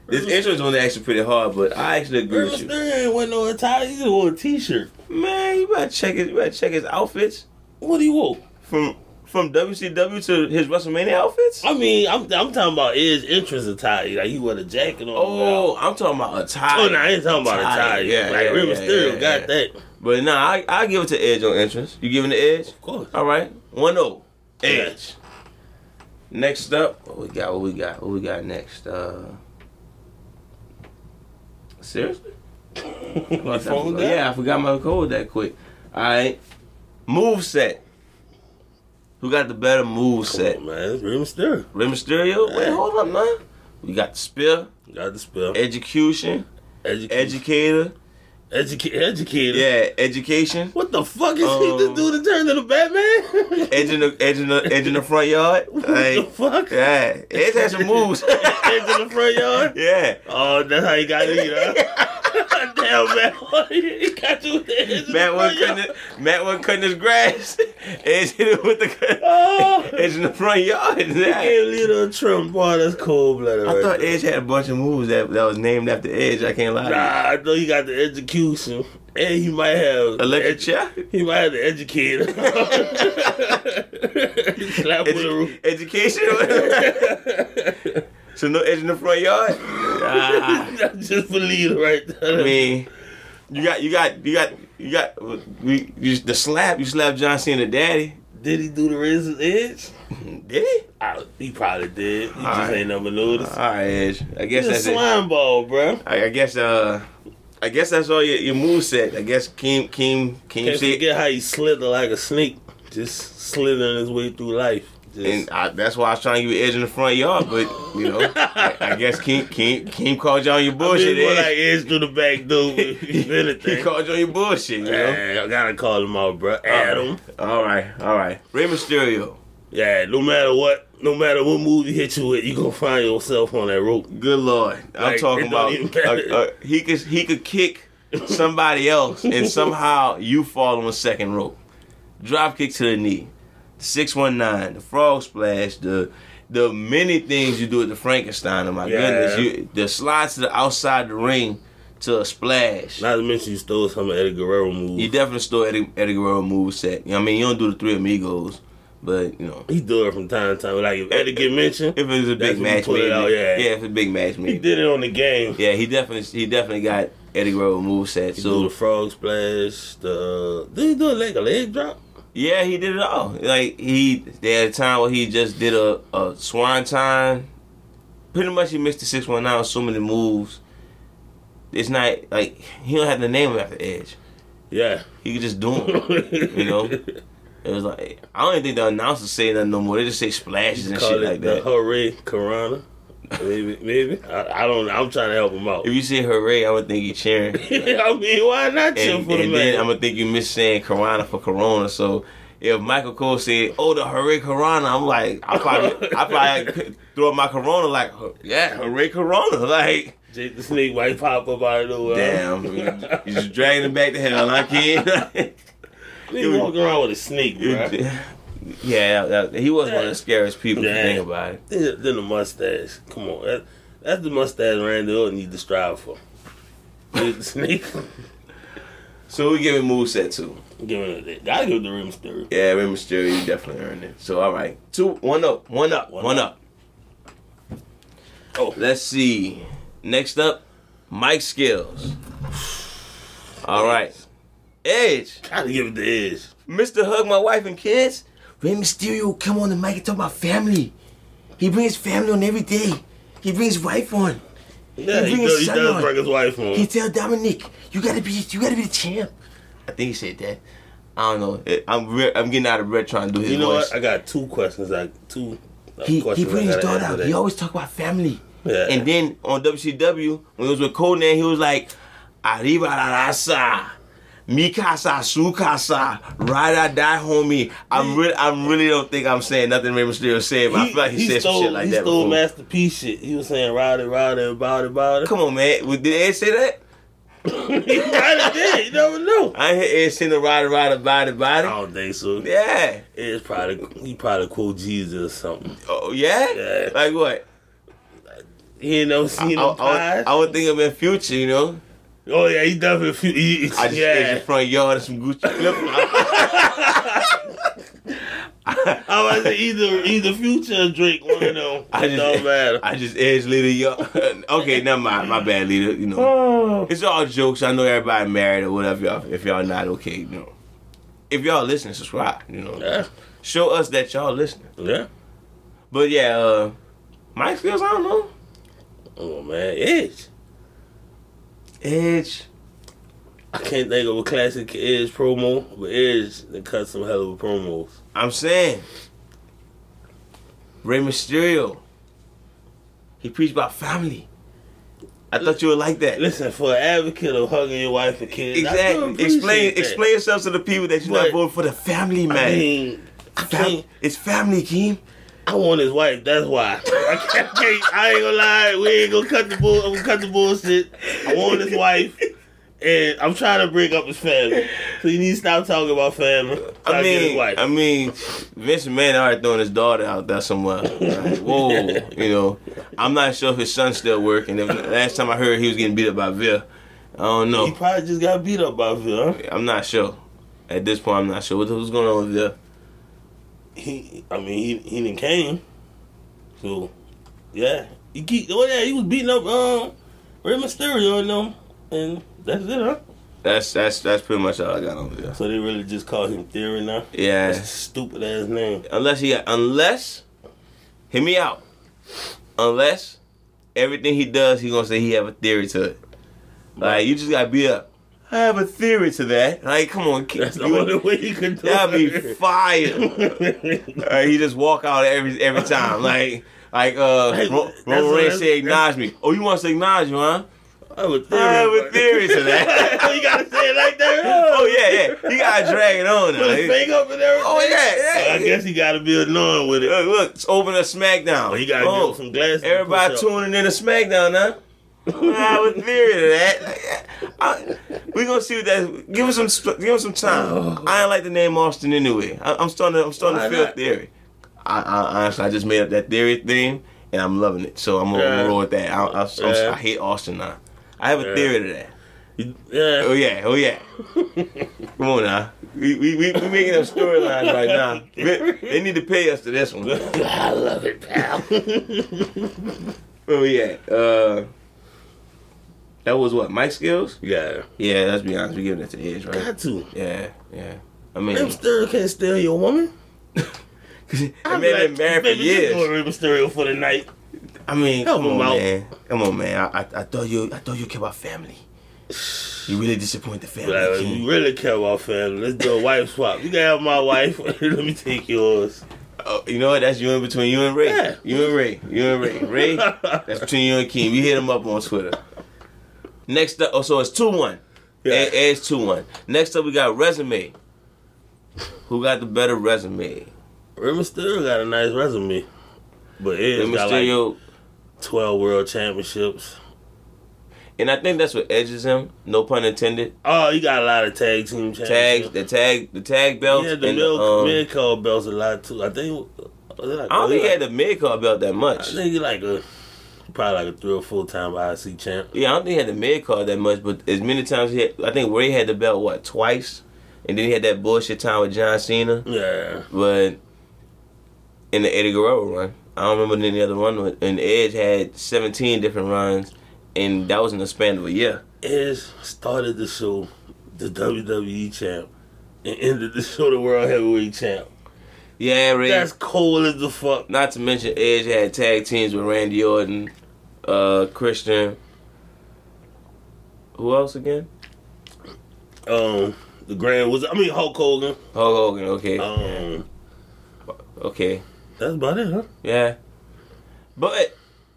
Speaker 1: This entrance was actually pretty hard, but I actually agree with you.
Speaker 2: Mysterio ain't wearing no attire. He just wore a t-shirt.
Speaker 1: Man, you better check his you better check his outfits
Speaker 2: What do you want?
Speaker 1: from from WCW to his WrestleMania outfits.
Speaker 2: I mean, I'm I'm talking about Edge entrance attire. Like he wore a jacket on.
Speaker 1: Oh, I'm talking about a tie.
Speaker 2: Oh, no, I ain't talking about
Speaker 1: Attire,
Speaker 2: attire.
Speaker 1: yeah,
Speaker 2: Yeah, like
Speaker 1: yeah,
Speaker 2: Rey
Speaker 1: yeah,
Speaker 2: Mysterio
Speaker 1: yeah,
Speaker 2: got
Speaker 1: yeah.
Speaker 2: that.
Speaker 1: But nah, I I give it to Edge on entrance. You giving the Edge?
Speaker 2: Of course.
Speaker 1: All right, one zero. Edge. Next up, what we got? What we got? What we got next? Uh, seriously?
Speaker 2: My phone down?
Speaker 1: yeah, I forgot my code that quick. All right, move set. Who got the better move
Speaker 2: Come
Speaker 1: set?
Speaker 2: on, Oh, man. It's Rey Mysterio.
Speaker 1: Rey Mysterio? Wait,
Speaker 2: Yeah.
Speaker 1: hold up, man. We got the spear,
Speaker 2: Got the spell.
Speaker 1: execution,
Speaker 2: Educate.
Speaker 1: educator.
Speaker 2: educate. Educated.
Speaker 1: Yeah, education.
Speaker 2: What the fuck is
Speaker 1: Um,
Speaker 2: he this dude in turn to the Batman?
Speaker 1: Edge in the edge in the edge in the front yard.
Speaker 2: what the
Speaker 1: Like,
Speaker 2: fuck?
Speaker 1: yeah, Edge has some moves.
Speaker 2: Edge in the front yard.
Speaker 1: yeah,
Speaker 2: Oh, that's how he got me, huh? Damn, man. he got you with the edge in the
Speaker 1: Matt
Speaker 2: front
Speaker 1: wasn't
Speaker 2: yard.
Speaker 1: cutting his, Matt wasn't cutting his grass. Edge hit it with the cut.
Speaker 2: Oh, he
Speaker 1: Edge in the front yard.
Speaker 2: can't leave the Trump boy. That's cold blooded.
Speaker 1: I
Speaker 2: Right
Speaker 1: thought
Speaker 2: there.
Speaker 1: Edge had a bunch of moves that that was named after Edge. I can't lie. to you.
Speaker 2: Nah, I know he got the education, and he might have
Speaker 1: Electric
Speaker 2: edu-
Speaker 1: chair.
Speaker 2: He might have the educator. Slap with a
Speaker 1: Edu- education.
Speaker 2: roof.
Speaker 1: so no edge in the front yard. Ah.
Speaker 2: I just believe it right there.
Speaker 1: I mean, you got you got you got you got we you, the slap. You slapped John Cena, daddy.
Speaker 2: did he do the razor's edge?
Speaker 1: Did he?
Speaker 2: I, he probably did. He just
Speaker 1: Alright.
Speaker 2: ain't never noticed.
Speaker 1: All right, Edge. I guess
Speaker 2: He's a
Speaker 1: that's it.
Speaker 2: slime ball, bro.
Speaker 1: I, I guess uh, I guess that's all your, your move set. I guess Keem Keem Keem
Speaker 2: Can't
Speaker 1: said,
Speaker 2: forget how he slither like a snake, just slithering his way through life. Just,
Speaker 1: and I, that's why I was trying to give you edge in the front yard. But you know, I, I guess Keem Keem Keem called you on your
Speaker 2: I mean,
Speaker 1: bullshit.
Speaker 2: more
Speaker 1: Edge.
Speaker 2: like edge through the back door. If
Speaker 1: he
Speaker 2: anything,
Speaker 1: called you on your bullshit. You know. Uh-uh.
Speaker 2: Man, I gotta call him out, bro. Adam.
Speaker 1: All right, all right. Rey Mysterio,
Speaker 2: Yeah, no matter what, no matter what movie hit you with, you gonna find yourself on that rope.
Speaker 1: good lord, I'm
Speaker 2: Like,
Speaker 1: talking
Speaker 2: it don't
Speaker 1: about
Speaker 2: even matter.
Speaker 1: uh, uh, he could he could kick somebody else and somehow you fall on the second rope. Drop kick to the knee, six one nine, the frog splash, the the many things you do at the Frankenstein. Oh my
Speaker 2: Yeah.
Speaker 1: goodness, you the slides to the outside the ring to a splash.
Speaker 2: Not to mention you stole some of Eddie Guerrero moves.
Speaker 1: you definitely stole Eddie, Eddie Guerrero move set. You know what I mean, you don't do the three amigos, but you know
Speaker 2: he do it from time to time. Like if Eddie get mentioned,
Speaker 1: if it was a
Speaker 2: That's
Speaker 1: big
Speaker 2: when you
Speaker 1: match,
Speaker 2: pull it
Speaker 1: maybe.
Speaker 2: out, yeah.
Speaker 1: if it's a big match, maybe.
Speaker 2: he did it on the game.
Speaker 1: Yeah, he definitely he definitely got Eddie Guerrero move set.
Speaker 2: He do
Speaker 1: So
Speaker 2: the frog splash. The did he do it like a leg drop?
Speaker 1: yeah, he did it all. Like he there had a time where he just did a, a swan time. Pretty much he missed the six one nine so many moves. It's not like he don't have the name after Edge.
Speaker 2: Yeah,
Speaker 1: He could just do them.
Speaker 2: you
Speaker 1: know, it was like I don't even think the announcers say nothing no more. They just say splashes and
Speaker 2: call
Speaker 1: shit
Speaker 2: it
Speaker 1: like
Speaker 2: the
Speaker 1: that.
Speaker 2: Hooray Karana. Maybe, maybe. I, I don't. know. I'm trying to help him out.
Speaker 1: If you say hooray, I would think you're cheering.
Speaker 2: I mean, why not chill
Speaker 1: and,
Speaker 2: for the
Speaker 1: and then I'm
Speaker 2: man?
Speaker 1: gonna think you miss saying Corona for Corona. So if Michael Cole said, "Oh, the hooray Corona," I'm like, I probably, I probably throw up my Corona like, yeah, hooray Corona, like,
Speaker 2: Jake the Snake might pop up out of the world.
Speaker 1: damn, you just dragging him back to hell, I can't.
Speaker 2: He walking around with a snake, bro.
Speaker 1: yeah, that- that- he was one of the scariest people. If you
Speaker 2: Yeah.
Speaker 1: think about it.
Speaker 2: Then then the mustache. Come on, that, that's the mustache Randy Orton needs to strive for. Jake the Snake.
Speaker 1: So we give it moveset too.
Speaker 2: Give it a Gotta give it the rim story.
Speaker 1: Yeah, Rey Mysterio, you definitely earned it. So all right, two, one up, one up, one,
Speaker 2: One
Speaker 1: up.
Speaker 2: up.
Speaker 1: Oh, let's see. Next up, Mike Skills. All right, Edge,
Speaker 2: Gotta give it the edge.
Speaker 1: Mister Hug My Wife and Kids. Rey Mysterio come on the mic and talk about family. He brings family on every day. He brings wife on.
Speaker 2: Yeah, he,
Speaker 1: bring his
Speaker 2: does, he
Speaker 1: son on.
Speaker 2: does bring his wife on.
Speaker 1: He tell Dominic, "You gotta be, you gotta be the champ." I think he said that. I don't know. It- I'm re- I'm getting out of breath trying to do his
Speaker 2: you know
Speaker 1: voice.
Speaker 2: what? I got two questions. I two uh,
Speaker 1: He, he
Speaker 2: questions.
Speaker 1: bring his
Speaker 2: I gotta
Speaker 1: daughter
Speaker 2: answer
Speaker 1: out.
Speaker 2: that.
Speaker 1: He always talk about family.
Speaker 2: Yeah.
Speaker 1: And then on WCW, when it was with Conan, he was like, Arriba la raza. Mi casa, su casa, ride or die, homie. I'm really, I'm really don't think I'm saying nothing Rey Mysterio said, but I feel like he, said
Speaker 2: stole,
Speaker 1: some shit like
Speaker 2: he
Speaker 1: that
Speaker 2: stole
Speaker 1: before.
Speaker 2: Master P shit. He was saying rowdy, rowdy, about it, about it.
Speaker 1: Come on, man. Well, Did Ed say that?
Speaker 2: he probably did. You never know.
Speaker 1: I ain't hear Ed saying the ride, ride, body,
Speaker 2: I
Speaker 1: body.
Speaker 2: don't think so.
Speaker 1: Yeah.
Speaker 2: It's probably he probably quote Jesus or something.
Speaker 1: Oh, yeah?
Speaker 2: Yeah.
Speaker 1: Like what?
Speaker 2: He ain't never
Speaker 1: I,
Speaker 2: seen
Speaker 1: I,
Speaker 2: no
Speaker 1: I,
Speaker 2: pies.
Speaker 1: would- I would think of in future, you know?
Speaker 2: Oh yeah, he definitely. Few, he,
Speaker 1: I just yeah. in
Speaker 2: yeah,
Speaker 1: your front yard and some Gucci flip
Speaker 2: I was say either either future or Drake. One of them.
Speaker 1: I
Speaker 2: It
Speaker 1: just-
Speaker 2: don't matter.
Speaker 1: I just edge leader y'all. okay, never mind. My bad leader. You know,
Speaker 2: Oh.
Speaker 1: it's all jokes. I know everybody married or whatever. Y'all, if y'all not okay, you know, if y'all listen, subscribe. You know,
Speaker 2: Yeah,
Speaker 1: show us that y'all listening.
Speaker 2: yeah.
Speaker 1: But yeah, uh, Mike Skills. I don't know.
Speaker 2: Oh man, Edge.
Speaker 1: Edge.
Speaker 2: I can't think of a classic Edge promo, but Edge they cut some hell of a promos.
Speaker 1: I'm saying Rey Mysterio. He preached about family. I thought you would like that.
Speaker 2: Listen, for an advocate of hugging your wife and kids, I do
Speaker 1: Exactly.
Speaker 2: appreciate
Speaker 1: Explain
Speaker 2: that.
Speaker 1: explain yourself to the people that you're not
Speaker 2: But-
Speaker 1: voting for the family
Speaker 2: I
Speaker 1: man.
Speaker 2: mean, I
Speaker 1: Fam-
Speaker 2: can't.
Speaker 1: it's family, Keem.
Speaker 2: I want his wife. That's why. I can't. I, can't- I ain't gonna lie. We ain't gonna cut the bull. I'm gonna cut the bullshit. I want his wife, and I'm trying to bring up his family. So you need to stop talking about family. So I,
Speaker 1: I
Speaker 2: get his
Speaker 1: mean,
Speaker 2: wife.
Speaker 1: I mean, Vince McMahon already throwing his daughter out there somewhere. Like, whoa, you know. I'm not sure if his son's still working. If- Last time I heard, he was getting beat up by Vill. I don't
Speaker 2: he
Speaker 1: know.
Speaker 2: probably just got beat up by Phil. Huh?
Speaker 1: I'm not sure. At this point, I'm not sure what, what's going on with Vill.
Speaker 2: He, I mean, he he didn't came. So, yeah, he keep. Oh yeah, he was beating up um Rey Mysterio and them, and that's it, huh?
Speaker 1: That's that's that's pretty much all I got on Vill.
Speaker 2: So they really just call him Theory now. That's
Speaker 1: Yeah,
Speaker 2: a stupid ass name.
Speaker 1: unless he unless, hear me out. Unless everything he does, he gonna say he have a theory to it. Like you just gotta be up. I have a theory to that. Like come on, kid.
Speaker 2: That's the
Speaker 1: You-
Speaker 2: only way you can do
Speaker 1: That'd be
Speaker 2: it.
Speaker 1: fire. Uh, he just walk out every every time. Like like uh
Speaker 2: Hey,
Speaker 1: Ro-
Speaker 2: that's
Speaker 1: Roman
Speaker 2: what-
Speaker 1: Reigns say
Speaker 2: that's-
Speaker 1: acknowledge me. Oh you want to acknowledge you, huh?
Speaker 2: I have a theory.
Speaker 1: I have a
Speaker 2: but-
Speaker 1: theory to that.
Speaker 2: you gotta say it like that.
Speaker 1: oh yeah, yeah. You gotta drag it on now.
Speaker 2: Put his
Speaker 1: He-
Speaker 2: thing up and everything.
Speaker 1: Oh yeah, yeah.
Speaker 2: I guess he gotta be annoying with it.
Speaker 1: Look, look, it's open a SmackDown.
Speaker 2: But he gotta
Speaker 1: Oh,
Speaker 2: give him some glasses. to
Speaker 1: Everybody
Speaker 2: push up.
Speaker 1: tuning in to SmackDown now. I have a theory to that. Like, I, we gonna see what that. Give us some. sp- Give us some time. I ain't like the name Austin anyway. I, I'm starting. To, I'm starting
Speaker 2: Why
Speaker 1: to feel
Speaker 2: Oh. not?
Speaker 1: theory. I, I honestly, I just made up that theory thing, and I'm loving it. So I'm gonna, I'm gonna
Speaker 2: Yeah.
Speaker 1: roll with that. I, I, I'm-
Speaker 2: Yeah.
Speaker 1: I hate Austin now. I have a
Speaker 2: Yeah.
Speaker 1: theory to that. Oh
Speaker 2: Yeah.
Speaker 1: yeah. Oh yeah. Come on now. We we we, we making up storylines right now. They- They need to pay us to this one.
Speaker 2: I love it, pal.
Speaker 1: Where we at? Uh, that was what Mike Skills.
Speaker 2: yeah.
Speaker 1: Yeah, let's be honest. We giving it to Edge, right?
Speaker 2: Got to.
Speaker 1: Yeah, yeah. I
Speaker 2: Rey
Speaker 1: mean,
Speaker 2: Mysterio can't steal your woman.
Speaker 1: the man
Speaker 2: I'm
Speaker 1: been
Speaker 2: like,
Speaker 1: married for
Speaker 2: baby, you doing
Speaker 1: years.
Speaker 2: Rey Mysterio for the night.
Speaker 1: I mean,
Speaker 2: Help
Speaker 1: come on,
Speaker 2: him out.
Speaker 1: man. Come on, man. I, I, I thought you, I thought you care about family. You really disappoint the family.
Speaker 2: Like,
Speaker 1: King.
Speaker 2: you really care about family. Let's do a wife swap. You can have my wife. Let me take yours.
Speaker 1: Oh, you know what? That's you in between you and Ray.
Speaker 2: Yeah.
Speaker 1: You and Ray. You and Ray. Ray. that's between you and Keem. You hit him up on Twitter. Next up, oh, so it's two one.
Speaker 2: Yeah.
Speaker 1: Yeah. Edge two one. Next up, we got resume. Who got the better resume?
Speaker 2: Rey Mysterio got a nice resume, but
Speaker 1: Rey
Speaker 2: Edge got like
Speaker 1: Mysterio.
Speaker 2: twelve world championships.
Speaker 1: and I think that's what edges him. No pun intended.
Speaker 2: Oh, he got a lot of tag team
Speaker 1: Tags,
Speaker 2: championships.
Speaker 1: the tag, the tag belt.
Speaker 2: Yeah, the
Speaker 1: and
Speaker 2: mid
Speaker 1: um,
Speaker 2: mid card belts a lot too. I think. was it like-
Speaker 1: I don't think he
Speaker 2: like-
Speaker 1: had the mid card belt that
Speaker 2: I
Speaker 1: much.
Speaker 2: think he like a probably like a three or four time IC champ.
Speaker 1: Yeah, I don't think he had the mid card that much, but as many times he had, I think Ray had the belt what twice, and then he had that bullshit time with John Cena.
Speaker 2: Yeah,
Speaker 1: But in the Eddie Guerrero run, I don't remember any other run. with- And Edge had 17 different runs, and that was in the span of a year.
Speaker 2: Edge started the show the WWE champ and ended the show the world heavyweight champ.
Speaker 1: Yeah, Ray.
Speaker 2: That's cold as the fuck.
Speaker 1: Not to mention Edge had tag teams with Randy Orton, uh, Christian. Who else again?
Speaker 2: Um, the Grand was I mean Hulk Hogan.
Speaker 1: Hulk Hogan. Okay,
Speaker 2: Um,
Speaker 1: okay,
Speaker 2: that's about it, huh?
Speaker 1: yeah. But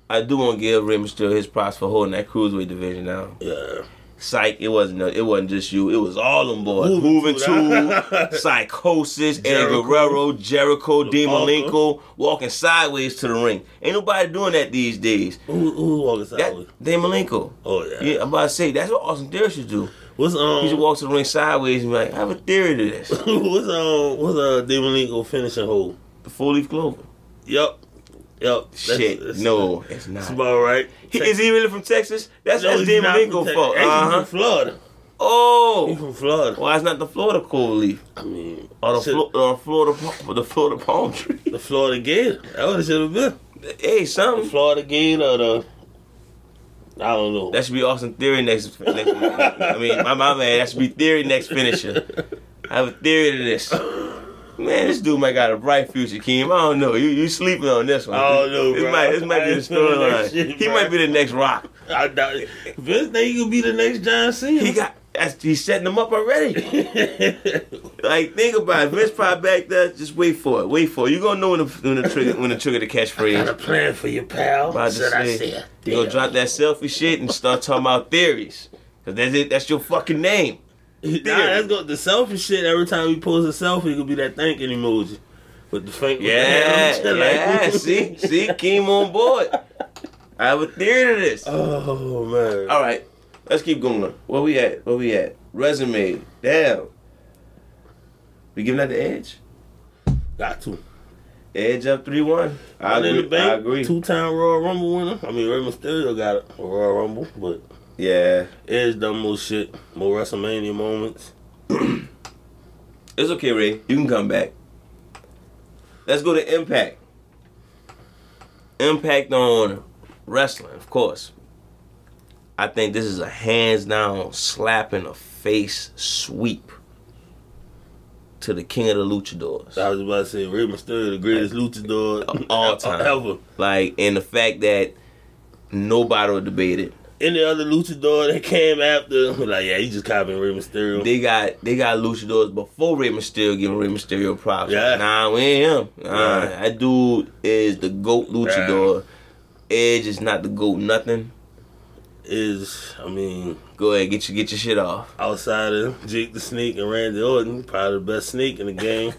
Speaker 1: I do want to give Rey Mysterio his props for holding that cruiserweight division down.
Speaker 2: Yeah.
Speaker 1: Psych, it wasn't. It wasn't just you. It was all them boys. Moving
Speaker 2: Moving
Speaker 1: to
Speaker 2: Tool.
Speaker 1: psychosis, Eddie
Speaker 2: Jericho.
Speaker 1: Guerrero, Jericho,
Speaker 2: Parker.
Speaker 1: Demolinko, walking sideways to the ring. Ain't nobody doing that these days.
Speaker 2: Who who's walking
Speaker 1: That
Speaker 2: sideways?
Speaker 1: Demolinko.
Speaker 2: Oh yeah.
Speaker 1: Yeah, I'm about to say that's what Austin Theory should do.
Speaker 2: What's um?
Speaker 1: He should walk to the ring sideways and be like, "I have a theory to this."
Speaker 2: what's um? What's uh? Demon Lingo finishing hole?
Speaker 1: The four leaf clover.
Speaker 2: Yep. Yep. That's-
Speaker 1: Shit,
Speaker 2: that's-
Speaker 1: no, it's not.
Speaker 2: That's about right.
Speaker 1: He- is he really from Texas? That's
Speaker 2: No,
Speaker 1: that's
Speaker 2: he's
Speaker 1: Damon
Speaker 2: not
Speaker 1: Lingo
Speaker 2: from Tex-
Speaker 1: fault.
Speaker 2: Hey, he's
Speaker 1: Uh huh.
Speaker 2: from Florida. He's
Speaker 1: Oh,
Speaker 2: from Florida.
Speaker 1: why is not the Florida cool leaf
Speaker 2: I mean,
Speaker 1: or the
Speaker 2: shit,
Speaker 1: Flo- or Florida pa- the Florida palm tree?
Speaker 2: the Florida Gator. That what it should have been.
Speaker 1: Hey,
Speaker 2: The
Speaker 1: something.
Speaker 2: Florida Gator. Or the, I don't know.
Speaker 1: That should be Austin Theory next. next I mean, my my man, that should be Theory next finisher. I have a theory to this. Man, this dude might got a bright future, Keem. I don't know. You you sleeping on this one?
Speaker 2: I don't know,
Speaker 1: This
Speaker 2: bro.
Speaker 1: might this might
Speaker 2: I
Speaker 1: be the
Speaker 2: ain't feeling that
Speaker 1: storyline.
Speaker 2: shit,
Speaker 1: He
Speaker 2: bro.
Speaker 1: might be the next Rock.
Speaker 2: I doubt it. Vince think he could be the next John Cena.
Speaker 1: He got That's he's setting them up already. like think about it. Vince probably back there. Just wait for it. Wait for it. You gonna know when the when the trigger when the trigger the
Speaker 2: Got a
Speaker 1: catchphrase.
Speaker 2: plan for you, pal.
Speaker 1: About to
Speaker 2: Said I
Speaker 1: say,
Speaker 2: said,
Speaker 1: you gonna
Speaker 2: damn.
Speaker 1: drop that selfie shit and start talking about theories. Cause that's it. That's your fucking name.
Speaker 2: Nah, that's go the selfie shit. Every time we post a selfie, it could be that thinking emoji with the faint. with the
Speaker 1: Yeah,
Speaker 2: hand.
Speaker 1: yeah.
Speaker 2: Like-
Speaker 1: see, see, came on board. I have a theory to this.
Speaker 2: Oh man.
Speaker 1: All right, let's keep going. Where we at? Where we at? Resume. Damn. We giving out the edge.
Speaker 2: Got to.
Speaker 1: Edge up three one. I
Speaker 2: One in
Speaker 1: agree.
Speaker 2: the bank,
Speaker 1: I agree.
Speaker 2: Two-time Royal Rumble winner. I mean, Rey Mysterio got a Royal Rumble, but
Speaker 1: Yeah,
Speaker 2: Edge done more shit, more WrestleMania moments.
Speaker 1: it's okay, Ray. You can come back. Let's go to Impact. Impact on wrestling, of course. I think this is a hands down slap in the face sweep to the king of the luchadors.
Speaker 2: I was about to say Rey Mysterio, the greatest luchador
Speaker 1: Of all time.
Speaker 2: ever.
Speaker 1: Like, and the fact that nobody will debate it.
Speaker 2: Any other luchador that came after, like yeah, he just copying Rey Mysterio.
Speaker 1: They got they got luchadors before Rey Mysterio giving Rey Mysterio props.
Speaker 2: Yeah.
Speaker 1: Nah, we ain't him. Nah,
Speaker 2: Yeah.
Speaker 1: that dude is the GOAT luchador. Edge is not the GOAT nothing.
Speaker 2: Is I mean,
Speaker 1: Go ahead, get your get your shit off.
Speaker 2: outside of Jake the Snake and Randy Orton, probably the best snake in the game.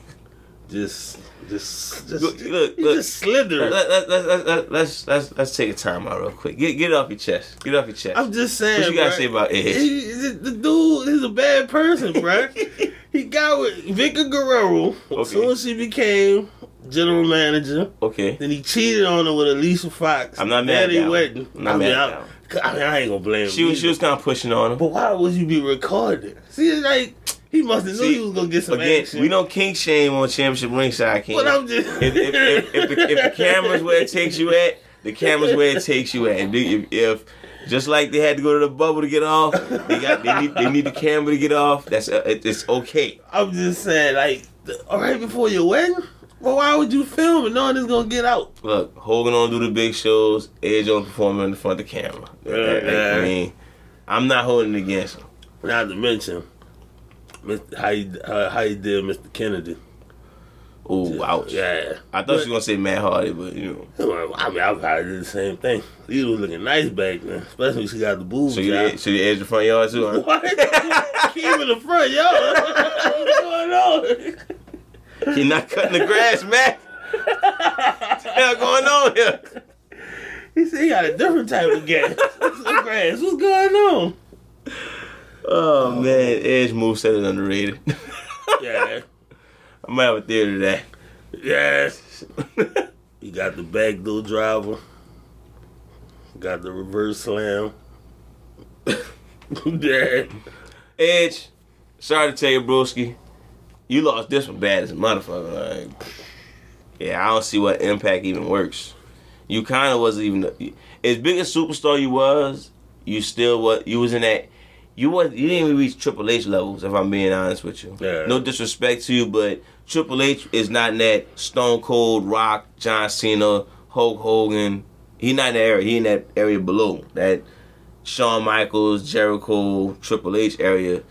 Speaker 2: just, just, just,
Speaker 1: Look, look,
Speaker 2: he
Speaker 1: look.
Speaker 2: just slithering.
Speaker 1: Let, let, let, let, let, let's let's let's take a time out real quick. Get get it off your chest. Get it off your chest.
Speaker 2: I'm just saying.
Speaker 1: What you gotta
Speaker 2: bruh.
Speaker 1: say about Edge?
Speaker 2: He- he- the dude is a bad person, bro. he got with Victor Guerrero. As
Speaker 1: Okay.
Speaker 2: soon as she became general manager,
Speaker 1: okay.
Speaker 2: then he cheated on her with Alicia Fox.
Speaker 1: I'm not mad at
Speaker 2: Then he
Speaker 1: that one.
Speaker 2: went-
Speaker 1: I'm not
Speaker 2: I mean,
Speaker 1: mad at
Speaker 2: I,
Speaker 1: that one.
Speaker 2: I mean, I ain't gonna blame
Speaker 1: She
Speaker 2: him
Speaker 1: was she
Speaker 2: either.
Speaker 1: was kind of pushing on him.
Speaker 2: But why would you be recording? See, it's like he must have knew
Speaker 1: See,
Speaker 2: he was gonna get some
Speaker 1: Again,
Speaker 2: action.
Speaker 1: we don't kink shame on championship ringside. King.
Speaker 2: But I'm just
Speaker 1: if, if, if, if, the, if the camera's where it takes you at, the camera's where it takes you at. If, if, if- just like they had to go to the bubble to get off, they got they need, they need the camera to get off. That's uh, it, it's okay.
Speaker 2: I'm just saying, like, the, all right before your wedding. Well, why would you film it knowing it's gonna get out?
Speaker 1: Look, Hogan don't do the big shows. Edge don't perform in front of the camera. I,
Speaker 2: Right,
Speaker 1: I
Speaker 2: right.
Speaker 1: mean, I'm not holding it against him.
Speaker 2: Not to mention Mis- how you, uh, how you did Mr. Kennedy.
Speaker 1: Oh, ouch!
Speaker 2: Yeah.
Speaker 1: I thought
Speaker 2: But-
Speaker 1: you were gonna say Matt Hardy, but you know.
Speaker 2: Well, I mean, I probably did the same thing. He was looking nice back then, especially when she got the boobs
Speaker 1: So you
Speaker 2: out.
Speaker 1: so you edge the front yard too? Huh?
Speaker 2: What? Keep in the front yard. What's going on?
Speaker 1: You're not cutting the grass, Matt. What's the hell going on here?
Speaker 2: He said he got a different type of gas. Some grass. What's going on?
Speaker 1: Oh man, Edge moveset is underrated.
Speaker 2: Yeah.
Speaker 1: I might have a theory to that.
Speaker 2: Yes. you got the backdoor driver. Got the reverse slam. yeah.
Speaker 1: Edge, sorry to tell you, Broski, you lost this one bad as a motherfucker. Like, yeah, I don't see what impact even works. You kind of wasn't even as big a superstar you was. You still was. You was in that. You was. You didn't even reach Triple H levels. If I'm being honest with you.
Speaker 2: Yeah.
Speaker 1: No disrespect to you, but Triple H is not in that Stone Cold Rock, John Cena, Hulk Hogan. He not in that area. He in that area below that Shawn Michaels, Jericho, Triple H area.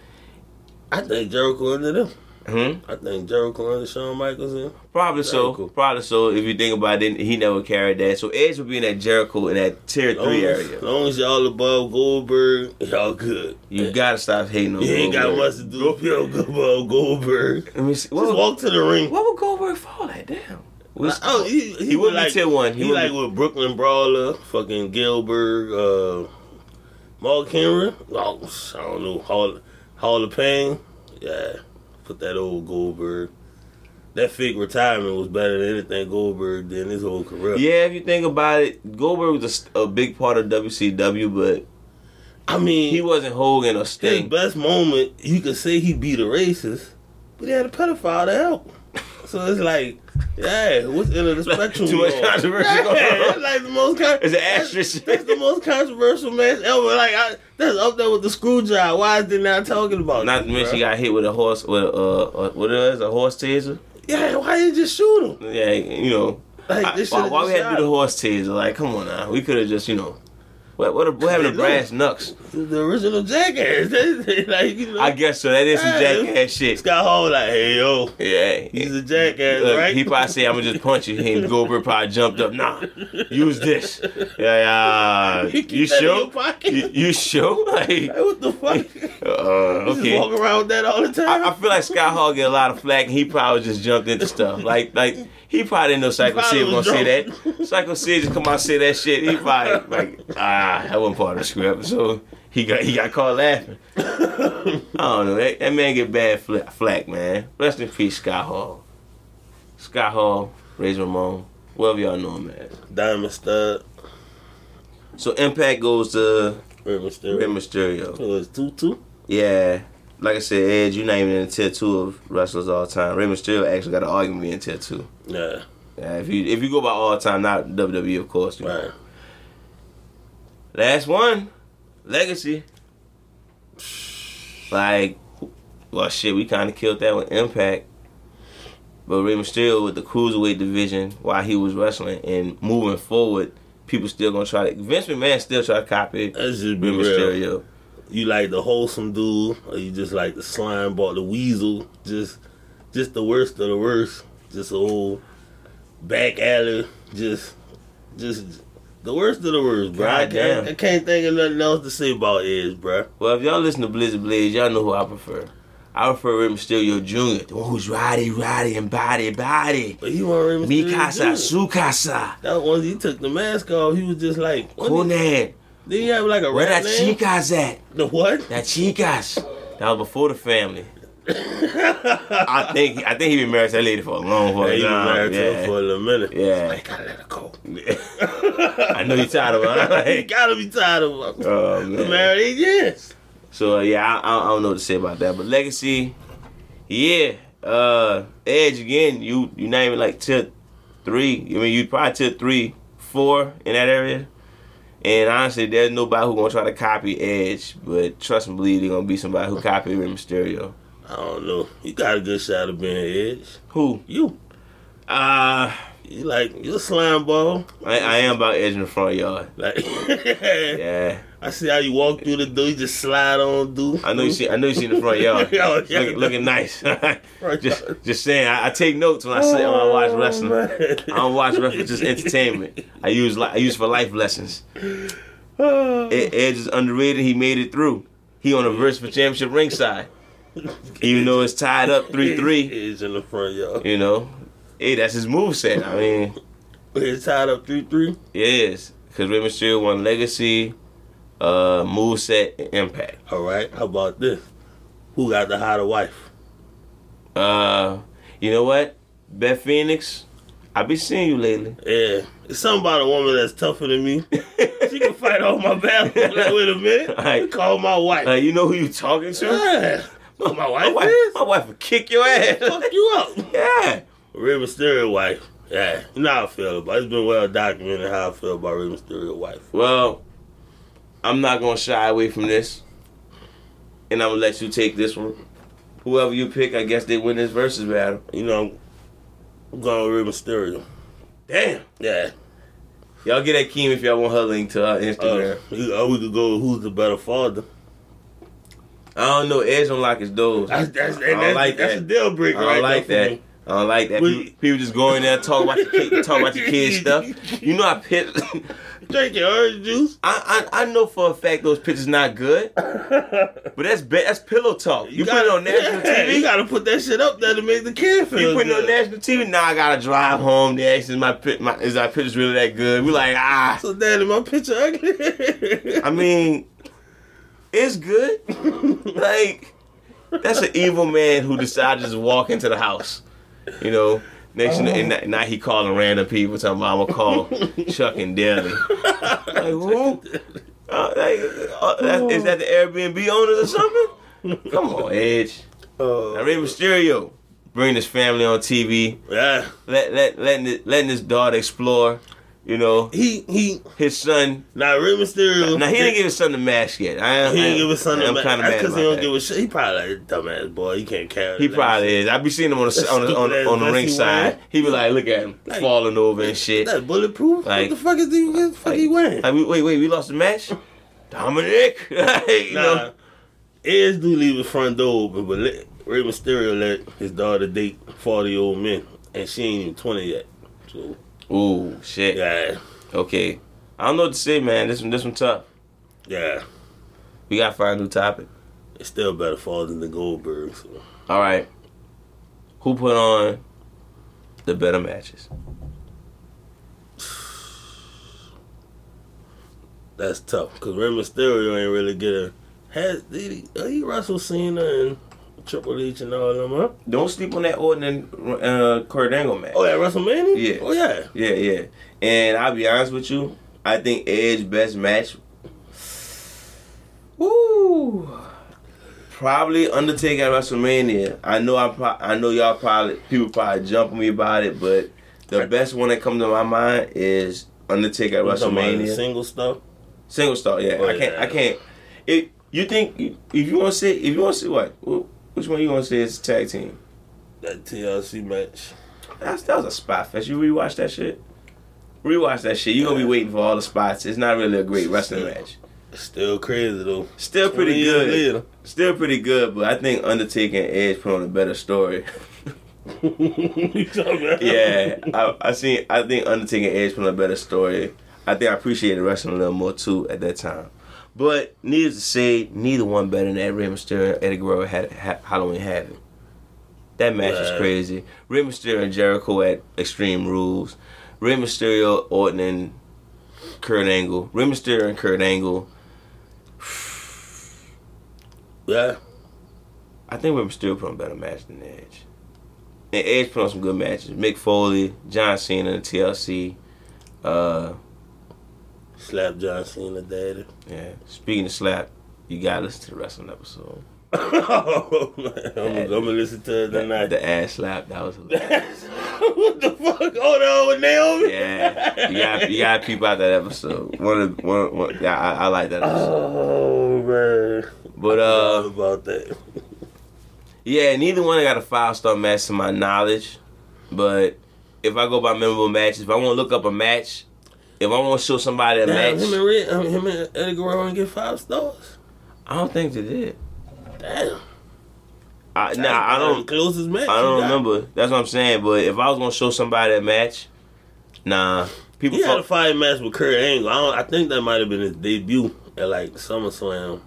Speaker 2: I think Jericho under them.
Speaker 1: Hmm?
Speaker 2: I think Jericho under Shawn Michaels in.
Speaker 1: Probably so.
Speaker 2: Jericho.
Speaker 1: Probably so. If you think about it, he never carried that. So Edge would be in that Jericho in that tier three
Speaker 2: As
Speaker 1: area.
Speaker 2: long as y'all above Goldberg, y'all good.
Speaker 1: You gotta stop hating on.
Speaker 2: You ain't got
Speaker 1: Goldberg.
Speaker 2: much to do if you don't go above Goldberg.
Speaker 1: Let me see. What
Speaker 2: Just
Speaker 1: would,
Speaker 2: walk to the ring.
Speaker 1: what would Goldberg fall at? Damn. Was-
Speaker 2: oh, he, he,
Speaker 1: he
Speaker 2: was
Speaker 1: would be
Speaker 2: like,
Speaker 1: tier one.
Speaker 2: He,
Speaker 1: He would
Speaker 2: like
Speaker 1: be-
Speaker 2: with Brooklyn Brawler, fucking Gilbert, uh, Mark Henry. Oh, I don't know. Hall, Hall of Pain. Yeah, put that old Goldberg. That fake retirement was better than anything Goldberg did in his whole career.
Speaker 1: yeah, if you think about it, Goldberg was a s- a, big part of WCW, but
Speaker 2: I mean,
Speaker 1: he wasn't Hogan or
Speaker 2: His
Speaker 1: Sting.
Speaker 2: best moment, you could say he beat a racist, but he had a pedophile to help. So it's like, yeah, what's the end of the spectrum?
Speaker 1: Too
Speaker 2: you
Speaker 1: much
Speaker 2: on?
Speaker 1: controversy
Speaker 2: Yeah,
Speaker 1: going on.
Speaker 2: that's like the most con-
Speaker 1: It's an
Speaker 2: that's-
Speaker 1: asterisk.
Speaker 2: That's the most controversial match ever. Like I, that's up there with the screw job. Why is they not talking about?
Speaker 1: Not
Speaker 2: it,
Speaker 1: to mention
Speaker 2: bruh?
Speaker 1: he got hit with a horse with a uh, uh, what it was a horse taser.
Speaker 2: yeah. Why didn't you just shoot him?
Speaker 1: Yeah, you know.
Speaker 2: Like
Speaker 1: I-
Speaker 2: this
Speaker 1: why
Speaker 2: should
Speaker 1: why we had to do the horse taser? Like, come on now, we could have just you know. What what, what happened to
Speaker 2: Hey,
Speaker 1: brass knucks?
Speaker 2: The original jackass. like, you know,
Speaker 1: I guess so. That is some
Speaker 2: Hey.
Speaker 1: jackass shit.
Speaker 2: Scott Hall like, hey yo,
Speaker 1: Yeah.
Speaker 2: he's a jackass,
Speaker 1: Look,
Speaker 2: right?
Speaker 1: He probably said, "I'm gonna just punch you." And Goldberg probably jumped up. Nah, use this. Yeah, yeah.
Speaker 2: Keep
Speaker 1: You
Speaker 2: that in your
Speaker 1: sure?
Speaker 2: pocket.
Speaker 1: You, you sure? Like,
Speaker 2: Hey, what the fuck?
Speaker 1: uh,
Speaker 2: You Just
Speaker 1: okay.
Speaker 2: walk around with that all the time.
Speaker 1: I, I feel like Scott Hall get a lot of flack, and he probably just jumped into stuff. Like, like he probably didn't know Psycho
Speaker 2: Probably
Speaker 1: Sid was
Speaker 2: was
Speaker 1: gonna say
Speaker 2: drunk.
Speaker 1: that. Psycho Sid just come out and say that shit. He probably like, ah, that wasn't part of the script. So he got he got caught laughing. I don't know. That, that man get bad fla- flack, man. Rest in peace, Scott Hall. Scott Hall, Razor Ramon, whatever y'all know him as.
Speaker 2: Diamond stud,
Speaker 1: So Impact goes to
Speaker 2: Rey Mysterio.
Speaker 1: Rey Mysterio.
Speaker 2: It was tutu.
Speaker 1: Yeah. Like I said, Edge, you're not even in the tier two of wrestlers all time. Rey Mysterio actually got an argument being tier two.
Speaker 2: Yeah,
Speaker 1: Yeah, if you if you go by all time, not WWE, of course. you know.
Speaker 2: right.
Speaker 1: Last one, Legacy. Like, well, shit, we kind of killed that with Impact. But Rey Mysterio with the cruiserweight division, while he was wrestling and moving forward, people still gonna try to. Vince McMahon still try to copy Rey
Speaker 2: That's just be real.
Speaker 1: Mysterio.
Speaker 2: You like the wholesome dude, or you just like the slime ball, the weasel, just, just the worst of the worst. Just a whole back alley, just, just the worst of the worst, bro. I can't,
Speaker 1: Goddamn.
Speaker 2: I can't think of nothing else to say about Edge, bro.
Speaker 1: Well, if y'all listen to Blizzard Blaze, y'all know who I prefer. I prefer Rey Mysterio Jr., the one who's rowdy, rowdy, and body, body.
Speaker 2: But he wasn't Rey
Speaker 1: Mi
Speaker 2: Mysterio
Speaker 1: casa,
Speaker 2: Jr.
Speaker 1: su casa,
Speaker 2: That once he took the mask off, he was just like, what did,
Speaker 1: Conan.
Speaker 2: did he have like a
Speaker 1: Where
Speaker 2: rap
Speaker 1: that
Speaker 2: name?
Speaker 1: chicas at?
Speaker 2: The what?
Speaker 1: That chicas. That was before the family. I think I think he been married to that lady for a long
Speaker 2: Yeah,
Speaker 1: fucking
Speaker 2: he was
Speaker 1: time.
Speaker 2: married to her
Speaker 1: Yeah.
Speaker 2: for a little minute.
Speaker 1: Yeah.
Speaker 2: I gotta let her go.
Speaker 1: I know you tired of her.
Speaker 2: you
Speaker 1: Like,
Speaker 2: gotta be tired of her.
Speaker 1: oh,
Speaker 2: Been
Speaker 1: man.
Speaker 2: married eight years.
Speaker 1: So uh, yeah, I, I I don't know what to say about that. But legacy, yeah. Uh, Edge again. You you not even like tier three. I mean, you probably tier three, four in that area. And honestly, there's nobody who gonna try to copy Edge. But trust and believe, there's gonna be somebody who copy Rey Mysterio.
Speaker 2: I don't know. You got a good shot of being edge.
Speaker 1: Who?
Speaker 2: You.
Speaker 1: Uh
Speaker 2: You like you a slime ball.
Speaker 1: I, I am about Edge in the front yard.
Speaker 2: Like
Speaker 1: Yeah,
Speaker 2: I see how you walk through the door, you just slide on through.
Speaker 1: I know you see. I know you see in the front yard.
Speaker 2: Oh, yeah.
Speaker 1: Look- looking nice.
Speaker 2: Front
Speaker 1: just,
Speaker 2: yard.
Speaker 1: just saying. I, I take notes when I say when I watch wrestling.
Speaker 2: Oh, man.
Speaker 1: I don't watch wrestling, just entertainment. I use li- I use for life lessons.
Speaker 2: Oh.
Speaker 1: Ed- Edge is underrated. He made it through. He on the verse for championship ringside, even though it's tied up three three.
Speaker 2: Edge in the front yard.
Speaker 1: You know, hey, that's his moveset. I mean,
Speaker 2: It's tied up three three.
Speaker 1: it is because Rey Mysterio won legacy, uh, moveset, and impact.
Speaker 2: All right. How about this? Who got the hotter wife?
Speaker 1: Uh, you know what, Beth Phoenix, I be seeing you lately.
Speaker 2: Yeah, it's something about a woman that's tougher than me. she can fight all my battles. Like, wait a minute.
Speaker 1: Like-
Speaker 2: Call my wife.
Speaker 1: Uh, you know who you talking to?
Speaker 2: Yeah. Well, my wife,
Speaker 1: My wife,
Speaker 2: is?
Speaker 1: my wife will kick your ass.
Speaker 2: Fuck you up.
Speaker 1: yeah.
Speaker 2: Rey Mysterio wife. Yeah, you know how I feel about it. It's been well documented how I feel about Rey Mysterio wife.
Speaker 1: Well, I'm not gonna shy away from this, and I'm gonna let you take this one. Whoever you pick, I guess they win this versus battle.
Speaker 2: You know, I'm going with Rey Mysterio.
Speaker 1: Damn,
Speaker 2: Yeah.
Speaker 1: y'all get that Keem if y'all want her link to her
Speaker 2: Uh,
Speaker 1: Instagram.
Speaker 2: we- Or we could go with who's the better father.
Speaker 1: I don't know. Edge don't like his doors. I
Speaker 2: That's, that's, and
Speaker 1: I don't
Speaker 2: that's,
Speaker 1: like
Speaker 2: that's
Speaker 1: that.
Speaker 2: a deal breaker right
Speaker 1: don't like
Speaker 2: there for
Speaker 1: that.
Speaker 2: me.
Speaker 1: I don't like that.
Speaker 2: Well,
Speaker 1: People, people just go in there and talk about your kid, talk about your kids stuff. You know, I pit.
Speaker 2: Drink your orange juice.
Speaker 1: I, I I know for a fact those pictures not good, but that's ba- that's pillow talk. You, put it on national
Speaker 2: Yeah,
Speaker 1: TV.
Speaker 2: You gotta put that shit up there to make the kid feel
Speaker 1: You putting
Speaker 2: good.
Speaker 1: on national TV? Now I gotta drive home. They ask is my, pi- my is our pictures really that good? We like ah.
Speaker 2: So daddy, my picture ugly.
Speaker 1: I mean, it's good. like that's an evil man who decided to just walk into the house. You know. Next thing- and now- now he calling random people talking about I'm gonna call Chuck and Daly. like who? Uh, like, uh, that- is that the Airbnb owners or something? Come on, Edge.
Speaker 2: Oh.
Speaker 1: Now, Rey Mysterio, bring his family on TV.
Speaker 2: yeah.
Speaker 1: let, let, letting, it, letting his daughter explore. You know,
Speaker 2: He he.
Speaker 1: his son.
Speaker 2: Now Rey Mysterio.
Speaker 1: Now he didn't give his son the mask yet. I, am-
Speaker 2: He
Speaker 1: I am-
Speaker 2: didn't give his son
Speaker 1: I'm
Speaker 2: a
Speaker 1: kind of mad
Speaker 2: because
Speaker 1: about
Speaker 2: he don't
Speaker 1: that.
Speaker 2: give a shit. He probably like dumbass boy. He can't carry.
Speaker 1: He
Speaker 2: that
Speaker 1: probably
Speaker 2: shit.
Speaker 1: is. I be seeing him on the on the, on, the- on the
Speaker 2: Stupid-ass
Speaker 1: ring
Speaker 2: messy
Speaker 1: side.
Speaker 2: one.
Speaker 1: He be like, look at him
Speaker 2: Like-
Speaker 1: falling over and shit.
Speaker 2: That bulletproof.
Speaker 1: Like-
Speaker 2: what the fuck is he? What the fuck he wearing?
Speaker 1: Like, we- wait, wait, we lost the match. Dominic, Like, you
Speaker 2: nah,
Speaker 1: know?
Speaker 2: Edge do leave his front door open, but let, Rey Mysterio let his daughter date forty old men, and she ain't even twenty yet. So
Speaker 1: Ooh, shit.
Speaker 2: yeah,
Speaker 1: Okay, I don't know what to say, man. This one, this one tough.
Speaker 2: yeah,
Speaker 1: We gotta find a new topic.
Speaker 2: it's still better fall than the Goldberg. So.
Speaker 1: All right, who put on the better matches?
Speaker 2: That's tough because Rey Mysterio ain't really good. at- Has did he, uh, he Russell Cena and Triple H and all them? Huh?
Speaker 1: Don't sleep on that Orton and uh, Kurt Angle match.
Speaker 2: Oh yeah, WrestleMania.
Speaker 1: Yeah.
Speaker 2: Oh yeah.
Speaker 1: Yeah, yeah. And I'll be honest with you, I think Edge best match. Woo. Probably Undertaker at WrestleMania. I know I pro- I know y'all probably people probably jump on me about it, but the best one that comes to my mind is Undertaker at
Speaker 2: You talking about the
Speaker 1: WrestleMania.
Speaker 2: Single stuff.
Speaker 1: Single star, yeah.
Speaker 2: Oh,
Speaker 1: I can't
Speaker 2: yeah.
Speaker 1: I can't if you think if you wanna say if you wanna say what? Wh- Which one you wanna say is tag team?
Speaker 2: That TLC match.
Speaker 1: That's, that was a spot fest. You rewatch that shit. Rewatch that shit. You gonna be waiting for all the spots. It's not really a great wrestling match.
Speaker 2: Still crazy though.
Speaker 1: Still pretty
Speaker 2: 20 years
Speaker 1: good.
Speaker 2: later.
Speaker 1: Still pretty good, but I think Undertaker and Edge put on a better story.
Speaker 2: You talking about-
Speaker 1: yeah, I, I seen. I think Undertaker and Edge put on a better story. I think I appreciated wrestling a little more too at that time. But needless to say, neither one better than that Rey Mysterio and Eddie Guerrero had ha- Halloween Havoc. That match is
Speaker 2: Right.
Speaker 1: crazy. Rey Mysterio and Jericho at Extreme Rules. Rey Mysterio, Orton, and Kurt Angle. Rey Mysterio and Kurt Angle.
Speaker 2: Yeah.
Speaker 1: I think Rey Mysterio put on a better match than Edge. And Edge put on some good matches. Mick Foley, John Cena, and TLC. Uh,
Speaker 2: Slap John Cena daddy.
Speaker 1: Yeah. Speaking of slap, you gotta listen to the wrestling episode.
Speaker 2: oh, man. I'm, I'm gonna listen to it
Speaker 1: The,
Speaker 2: tonight.
Speaker 1: the ass slap, that was hilarious.
Speaker 2: what the fuck? Oh no, with Naomi.
Speaker 1: Yeah. You gotta you gotta peep out that episode. One of the- one, one yeah, I, I like that episode.
Speaker 2: Oh man.
Speaker 1: But uh
Speaker 2: about that.
Speaker 1: yeah, neither one got a five star match to my knowledge. But if I go by memorable matches, if I wanna look up a match, if I wanna show somebody a
Speaker 2: Damn, him
Speaker 1: match
Speaker 2: and Red, um, him and Eddie Guerrero ain't get five stars.
Speaker 1: I don't think they did.
Speaker 2: Damn.
Speaker 1: I
Speaker 2: That's
Speaker 1: nah, I
Speaker 2: probably
Speaker 1: don't
Speaker 2: the Closest match.
Speaker 1: I don't
Speaker 2: you got.
Speaker 1: remember. That's what I'm saying. But if I was gonna show somebody a match, nah. People
Speaker 2: He had a
Speaker 1: fuck-
Speaker 2: fight match with Kurt Angle. I, don't, I think that might have been his debut at like SummerSlam.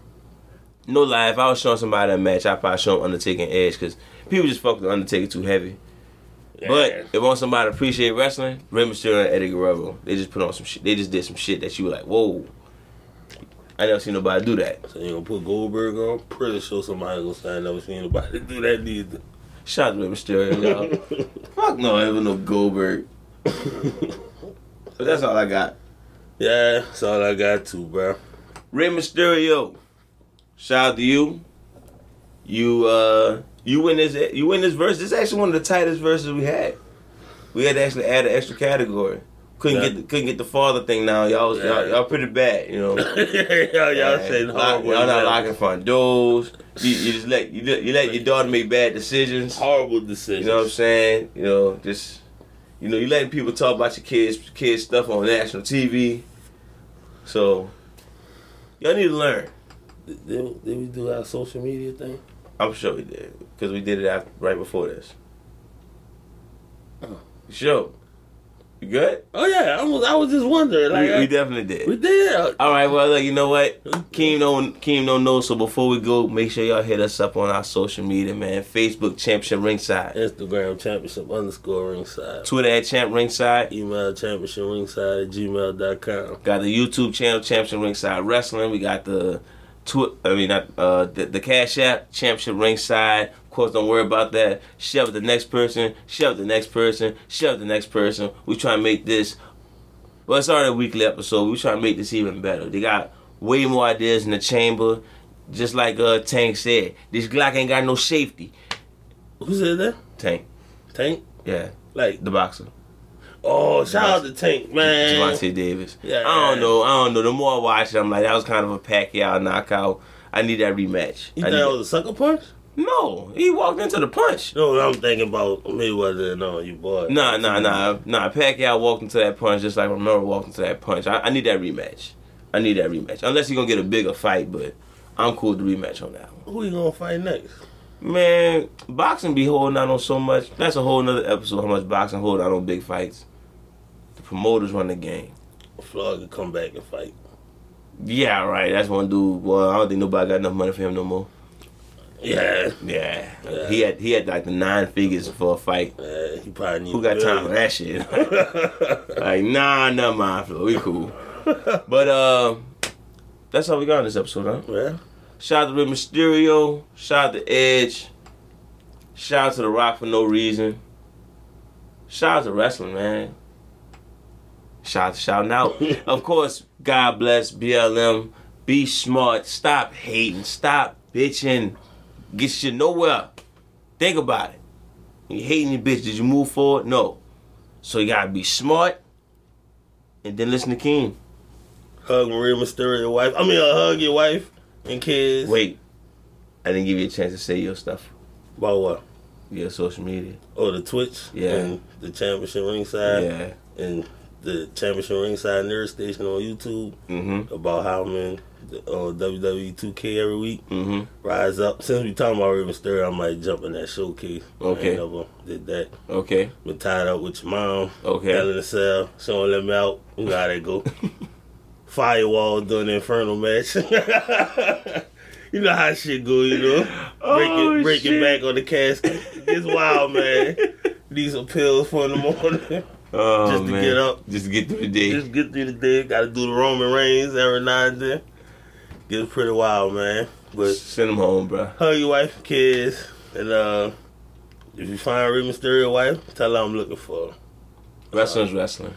Speaker 1: No lie, if I was showing somebody a match, I probably show them Undertaker and Edge because people just fuck with Undertaker too heavy. But if I want somebody to appreciate wrestling, Rey Mysterio and Eddie Guerrero, they just put on some shit. They just did some shit that you were like, whoa. I never seen nobody do that.
Speaker 2: So you gonna put Goldberg on? Pretty sure somebody gonna say I never seen anybody do that either.
Speaker 1: Shout out to Rey Mysterio, y'all. Fuck no, it was no Goldberg. But that's all I got.
Speaker 2: yeah, that's all I got to, bro.
Speaker 1: Rey Mysterio, shout out to you. You uh you win this you win this verse. This is actually one of the tightest verses we had. We had to actually add an extra category. Couldn't
Speaker 2: Yeah.
Speaker 1: get the, couldn't get the father thing now. Y'all was y'all,
Speaker 2: Yeah.
Speaker 1: y'all pretty bad, you know.
Speaker 2: y'all y'all
Speaker 1: And
Speaker 2: saying
Speaker 1: lock-
Speaker 2: horrible,
Speaker 1: y'all not
Speaker 2: man.
Speaker 1: locking front doors. You, you just let you, let- you let your daughter make bad decisions.
Speaker 2: horrible
Speaker 1: You
Speaker 2: decisions.
Speaker 1: know what I'm saying? You know, just you know, you letting people talk about your kids kids stuff on national TV. So y'all need to learn.
Speaker 2: Did, did we do our social media thing?
Speaker 1: I'm sure we did because we did it after, right before this. You Sure, you good?
Speaker 2: Oh yeah, I was I was just wondering. Like
Speaker 1: we, we
Speaker 2: I-
Speaker 1: definitely did.
Speaker 2: we did.
Speaker 1: All right, well, look, you know what? Keem don't Keem don't know. So before we go, make sure y'all hit us up on our social media, man. Facebook Championship Ringside,
Speaker 2: Instagram championship underscore ringside.
Speaker 1: Twitter at Champ Ringside.
Speaker 2: Email championship ringside at gmail.com.
Speaker 1: Got the YouTube channel Championship Ringside Wrestling. We got the tw- I mean, not uh, the, the Cash App Championship Ringside. Of course, don't worry about that. Shove the next person. Shove the next person. Shove the next person. We try to make this. Well, it's already a weekly episode. We try to make this even better. They got way more ideas in the chamber. Just like uh, Tank said, this Glock ain't got no safety.
Speaker 2: Who said that?
Speaker 1: Tank,
Speaker 2: Tank?
Speaker 1: yeah,
Speaker 2: Like
Speaker 1: the boxer.
Speaker 2: Oh, shout out to Tank, man.
Speaker 1: Javante Davis.
Speaker 2: Yeah.
Speaker 1: I don't know. I don't know. The more I watch it, I'm like, that was kind of a Pacquiao knockout. I need that rematch.
Speaker 2: You
Speaker 1: I need
Speaker 2: thought that
Speaker 1: that-
Speaker 2: was a sucker punch?
Speaker 1: no, he walked into the punch.
Speaker 2: No, what I'm thinking about Mayweather and all you boys.
Speaker 1: Nah, nah, nah, nah. Pacquiao walked into that punch just like Romero walked into that punch. I, I need that rematch. I need that rematch. Unless he's gonna get a bigger fight, but I'm cool with the rematch on that one.
Speaker 2: Who you gonna fight next?
Speaker 1: Man, boxing be holding out on so much. That's a whole nother episode. How much boxing hold out on big fights? The promoters run the game.
Speaker 2: Floyd could come back and fight.
Speaker 1: Yeah, right. That's one dude. Well, I don't think nobody got enough money for him no more.
Speaker 2: Yeah.
Speaker 1: Yeah,
Speaker 2: Yeah.
Speaker 1: he had he had like the nine figures for a fight.
Speaker 2: Yeah, he probably need
Speaker 1: Who got time for that shit? like, nah, nah, mind flow. We cool. But uh, that's all we got in this episode, huh?
Speaker 2: Yeah.
Speaker 1: Shout out to Rey Mysterio. Shout out to Edge. Shout out to The Rock for no reason. Shout out to wrestling, man. Shout out, shouting out. of course, God bless BLM. Be smart. Stop hating. Stop bitching. Get you nowhere. Think about it. You hating your bitch. Did you move forward? No. So you gotta be smart. And then listen to King.
Speaker 2: Hug Maria Mysterio wife. I mean, uh, hug your wife and kids.
Speaker 1: Wait. I didn't give you a chance to say your stuff.
Speaker 2: About what?
Speaker 1: Your social media.
Speaker 2: Oh, the Twitch.
Speaker 1: Yeah.
Speaker 2: And the championship ringside.
Speaker 1: Yeah.
Speaker 2: And the championship ringside nerd station on YouTube
Speaker 1: Mm-hmm.
Speaker 2: about how I'm in the, uh, WWE 2K every week.
Speaker 1: Mm-hmm.
Speaker 2: Rise up. Since we talking about Rey Mysterio, I might jump in that showcase.
Speaker 1: Okay.
Speaker 2: I ain't never did that.
Speaker 1: Okay.
Speaker 2: Been tied up with your mom.
Speaker 1: Okay.
Speaker 2: Hell in the cell. She don't let me out. You know how that go. Firewall during the infernal match. you know how shit go, you know. Breaking,
Speaker 1: Oh,
Speaker 2: breaking
Speaker 1: shit.
Speaker 2: back on the casket. It's wild, man. These are pills for in the morning.
Speaker 1: Oh,
Speaker 2: Just to get up.
Speaker 1: Just to get through the day.
Speaker 2: Just get through the day. Got to do the Roman Reigns every now and then. Gets pretty wild, man. But
Speaker 1: Send them home, bro.
Speaker 2: hug your wife and kids. And uh, if you find Rey Mysterio wife, tell her I'm looking for her.
Speaker 1: Wrestling's wrestling.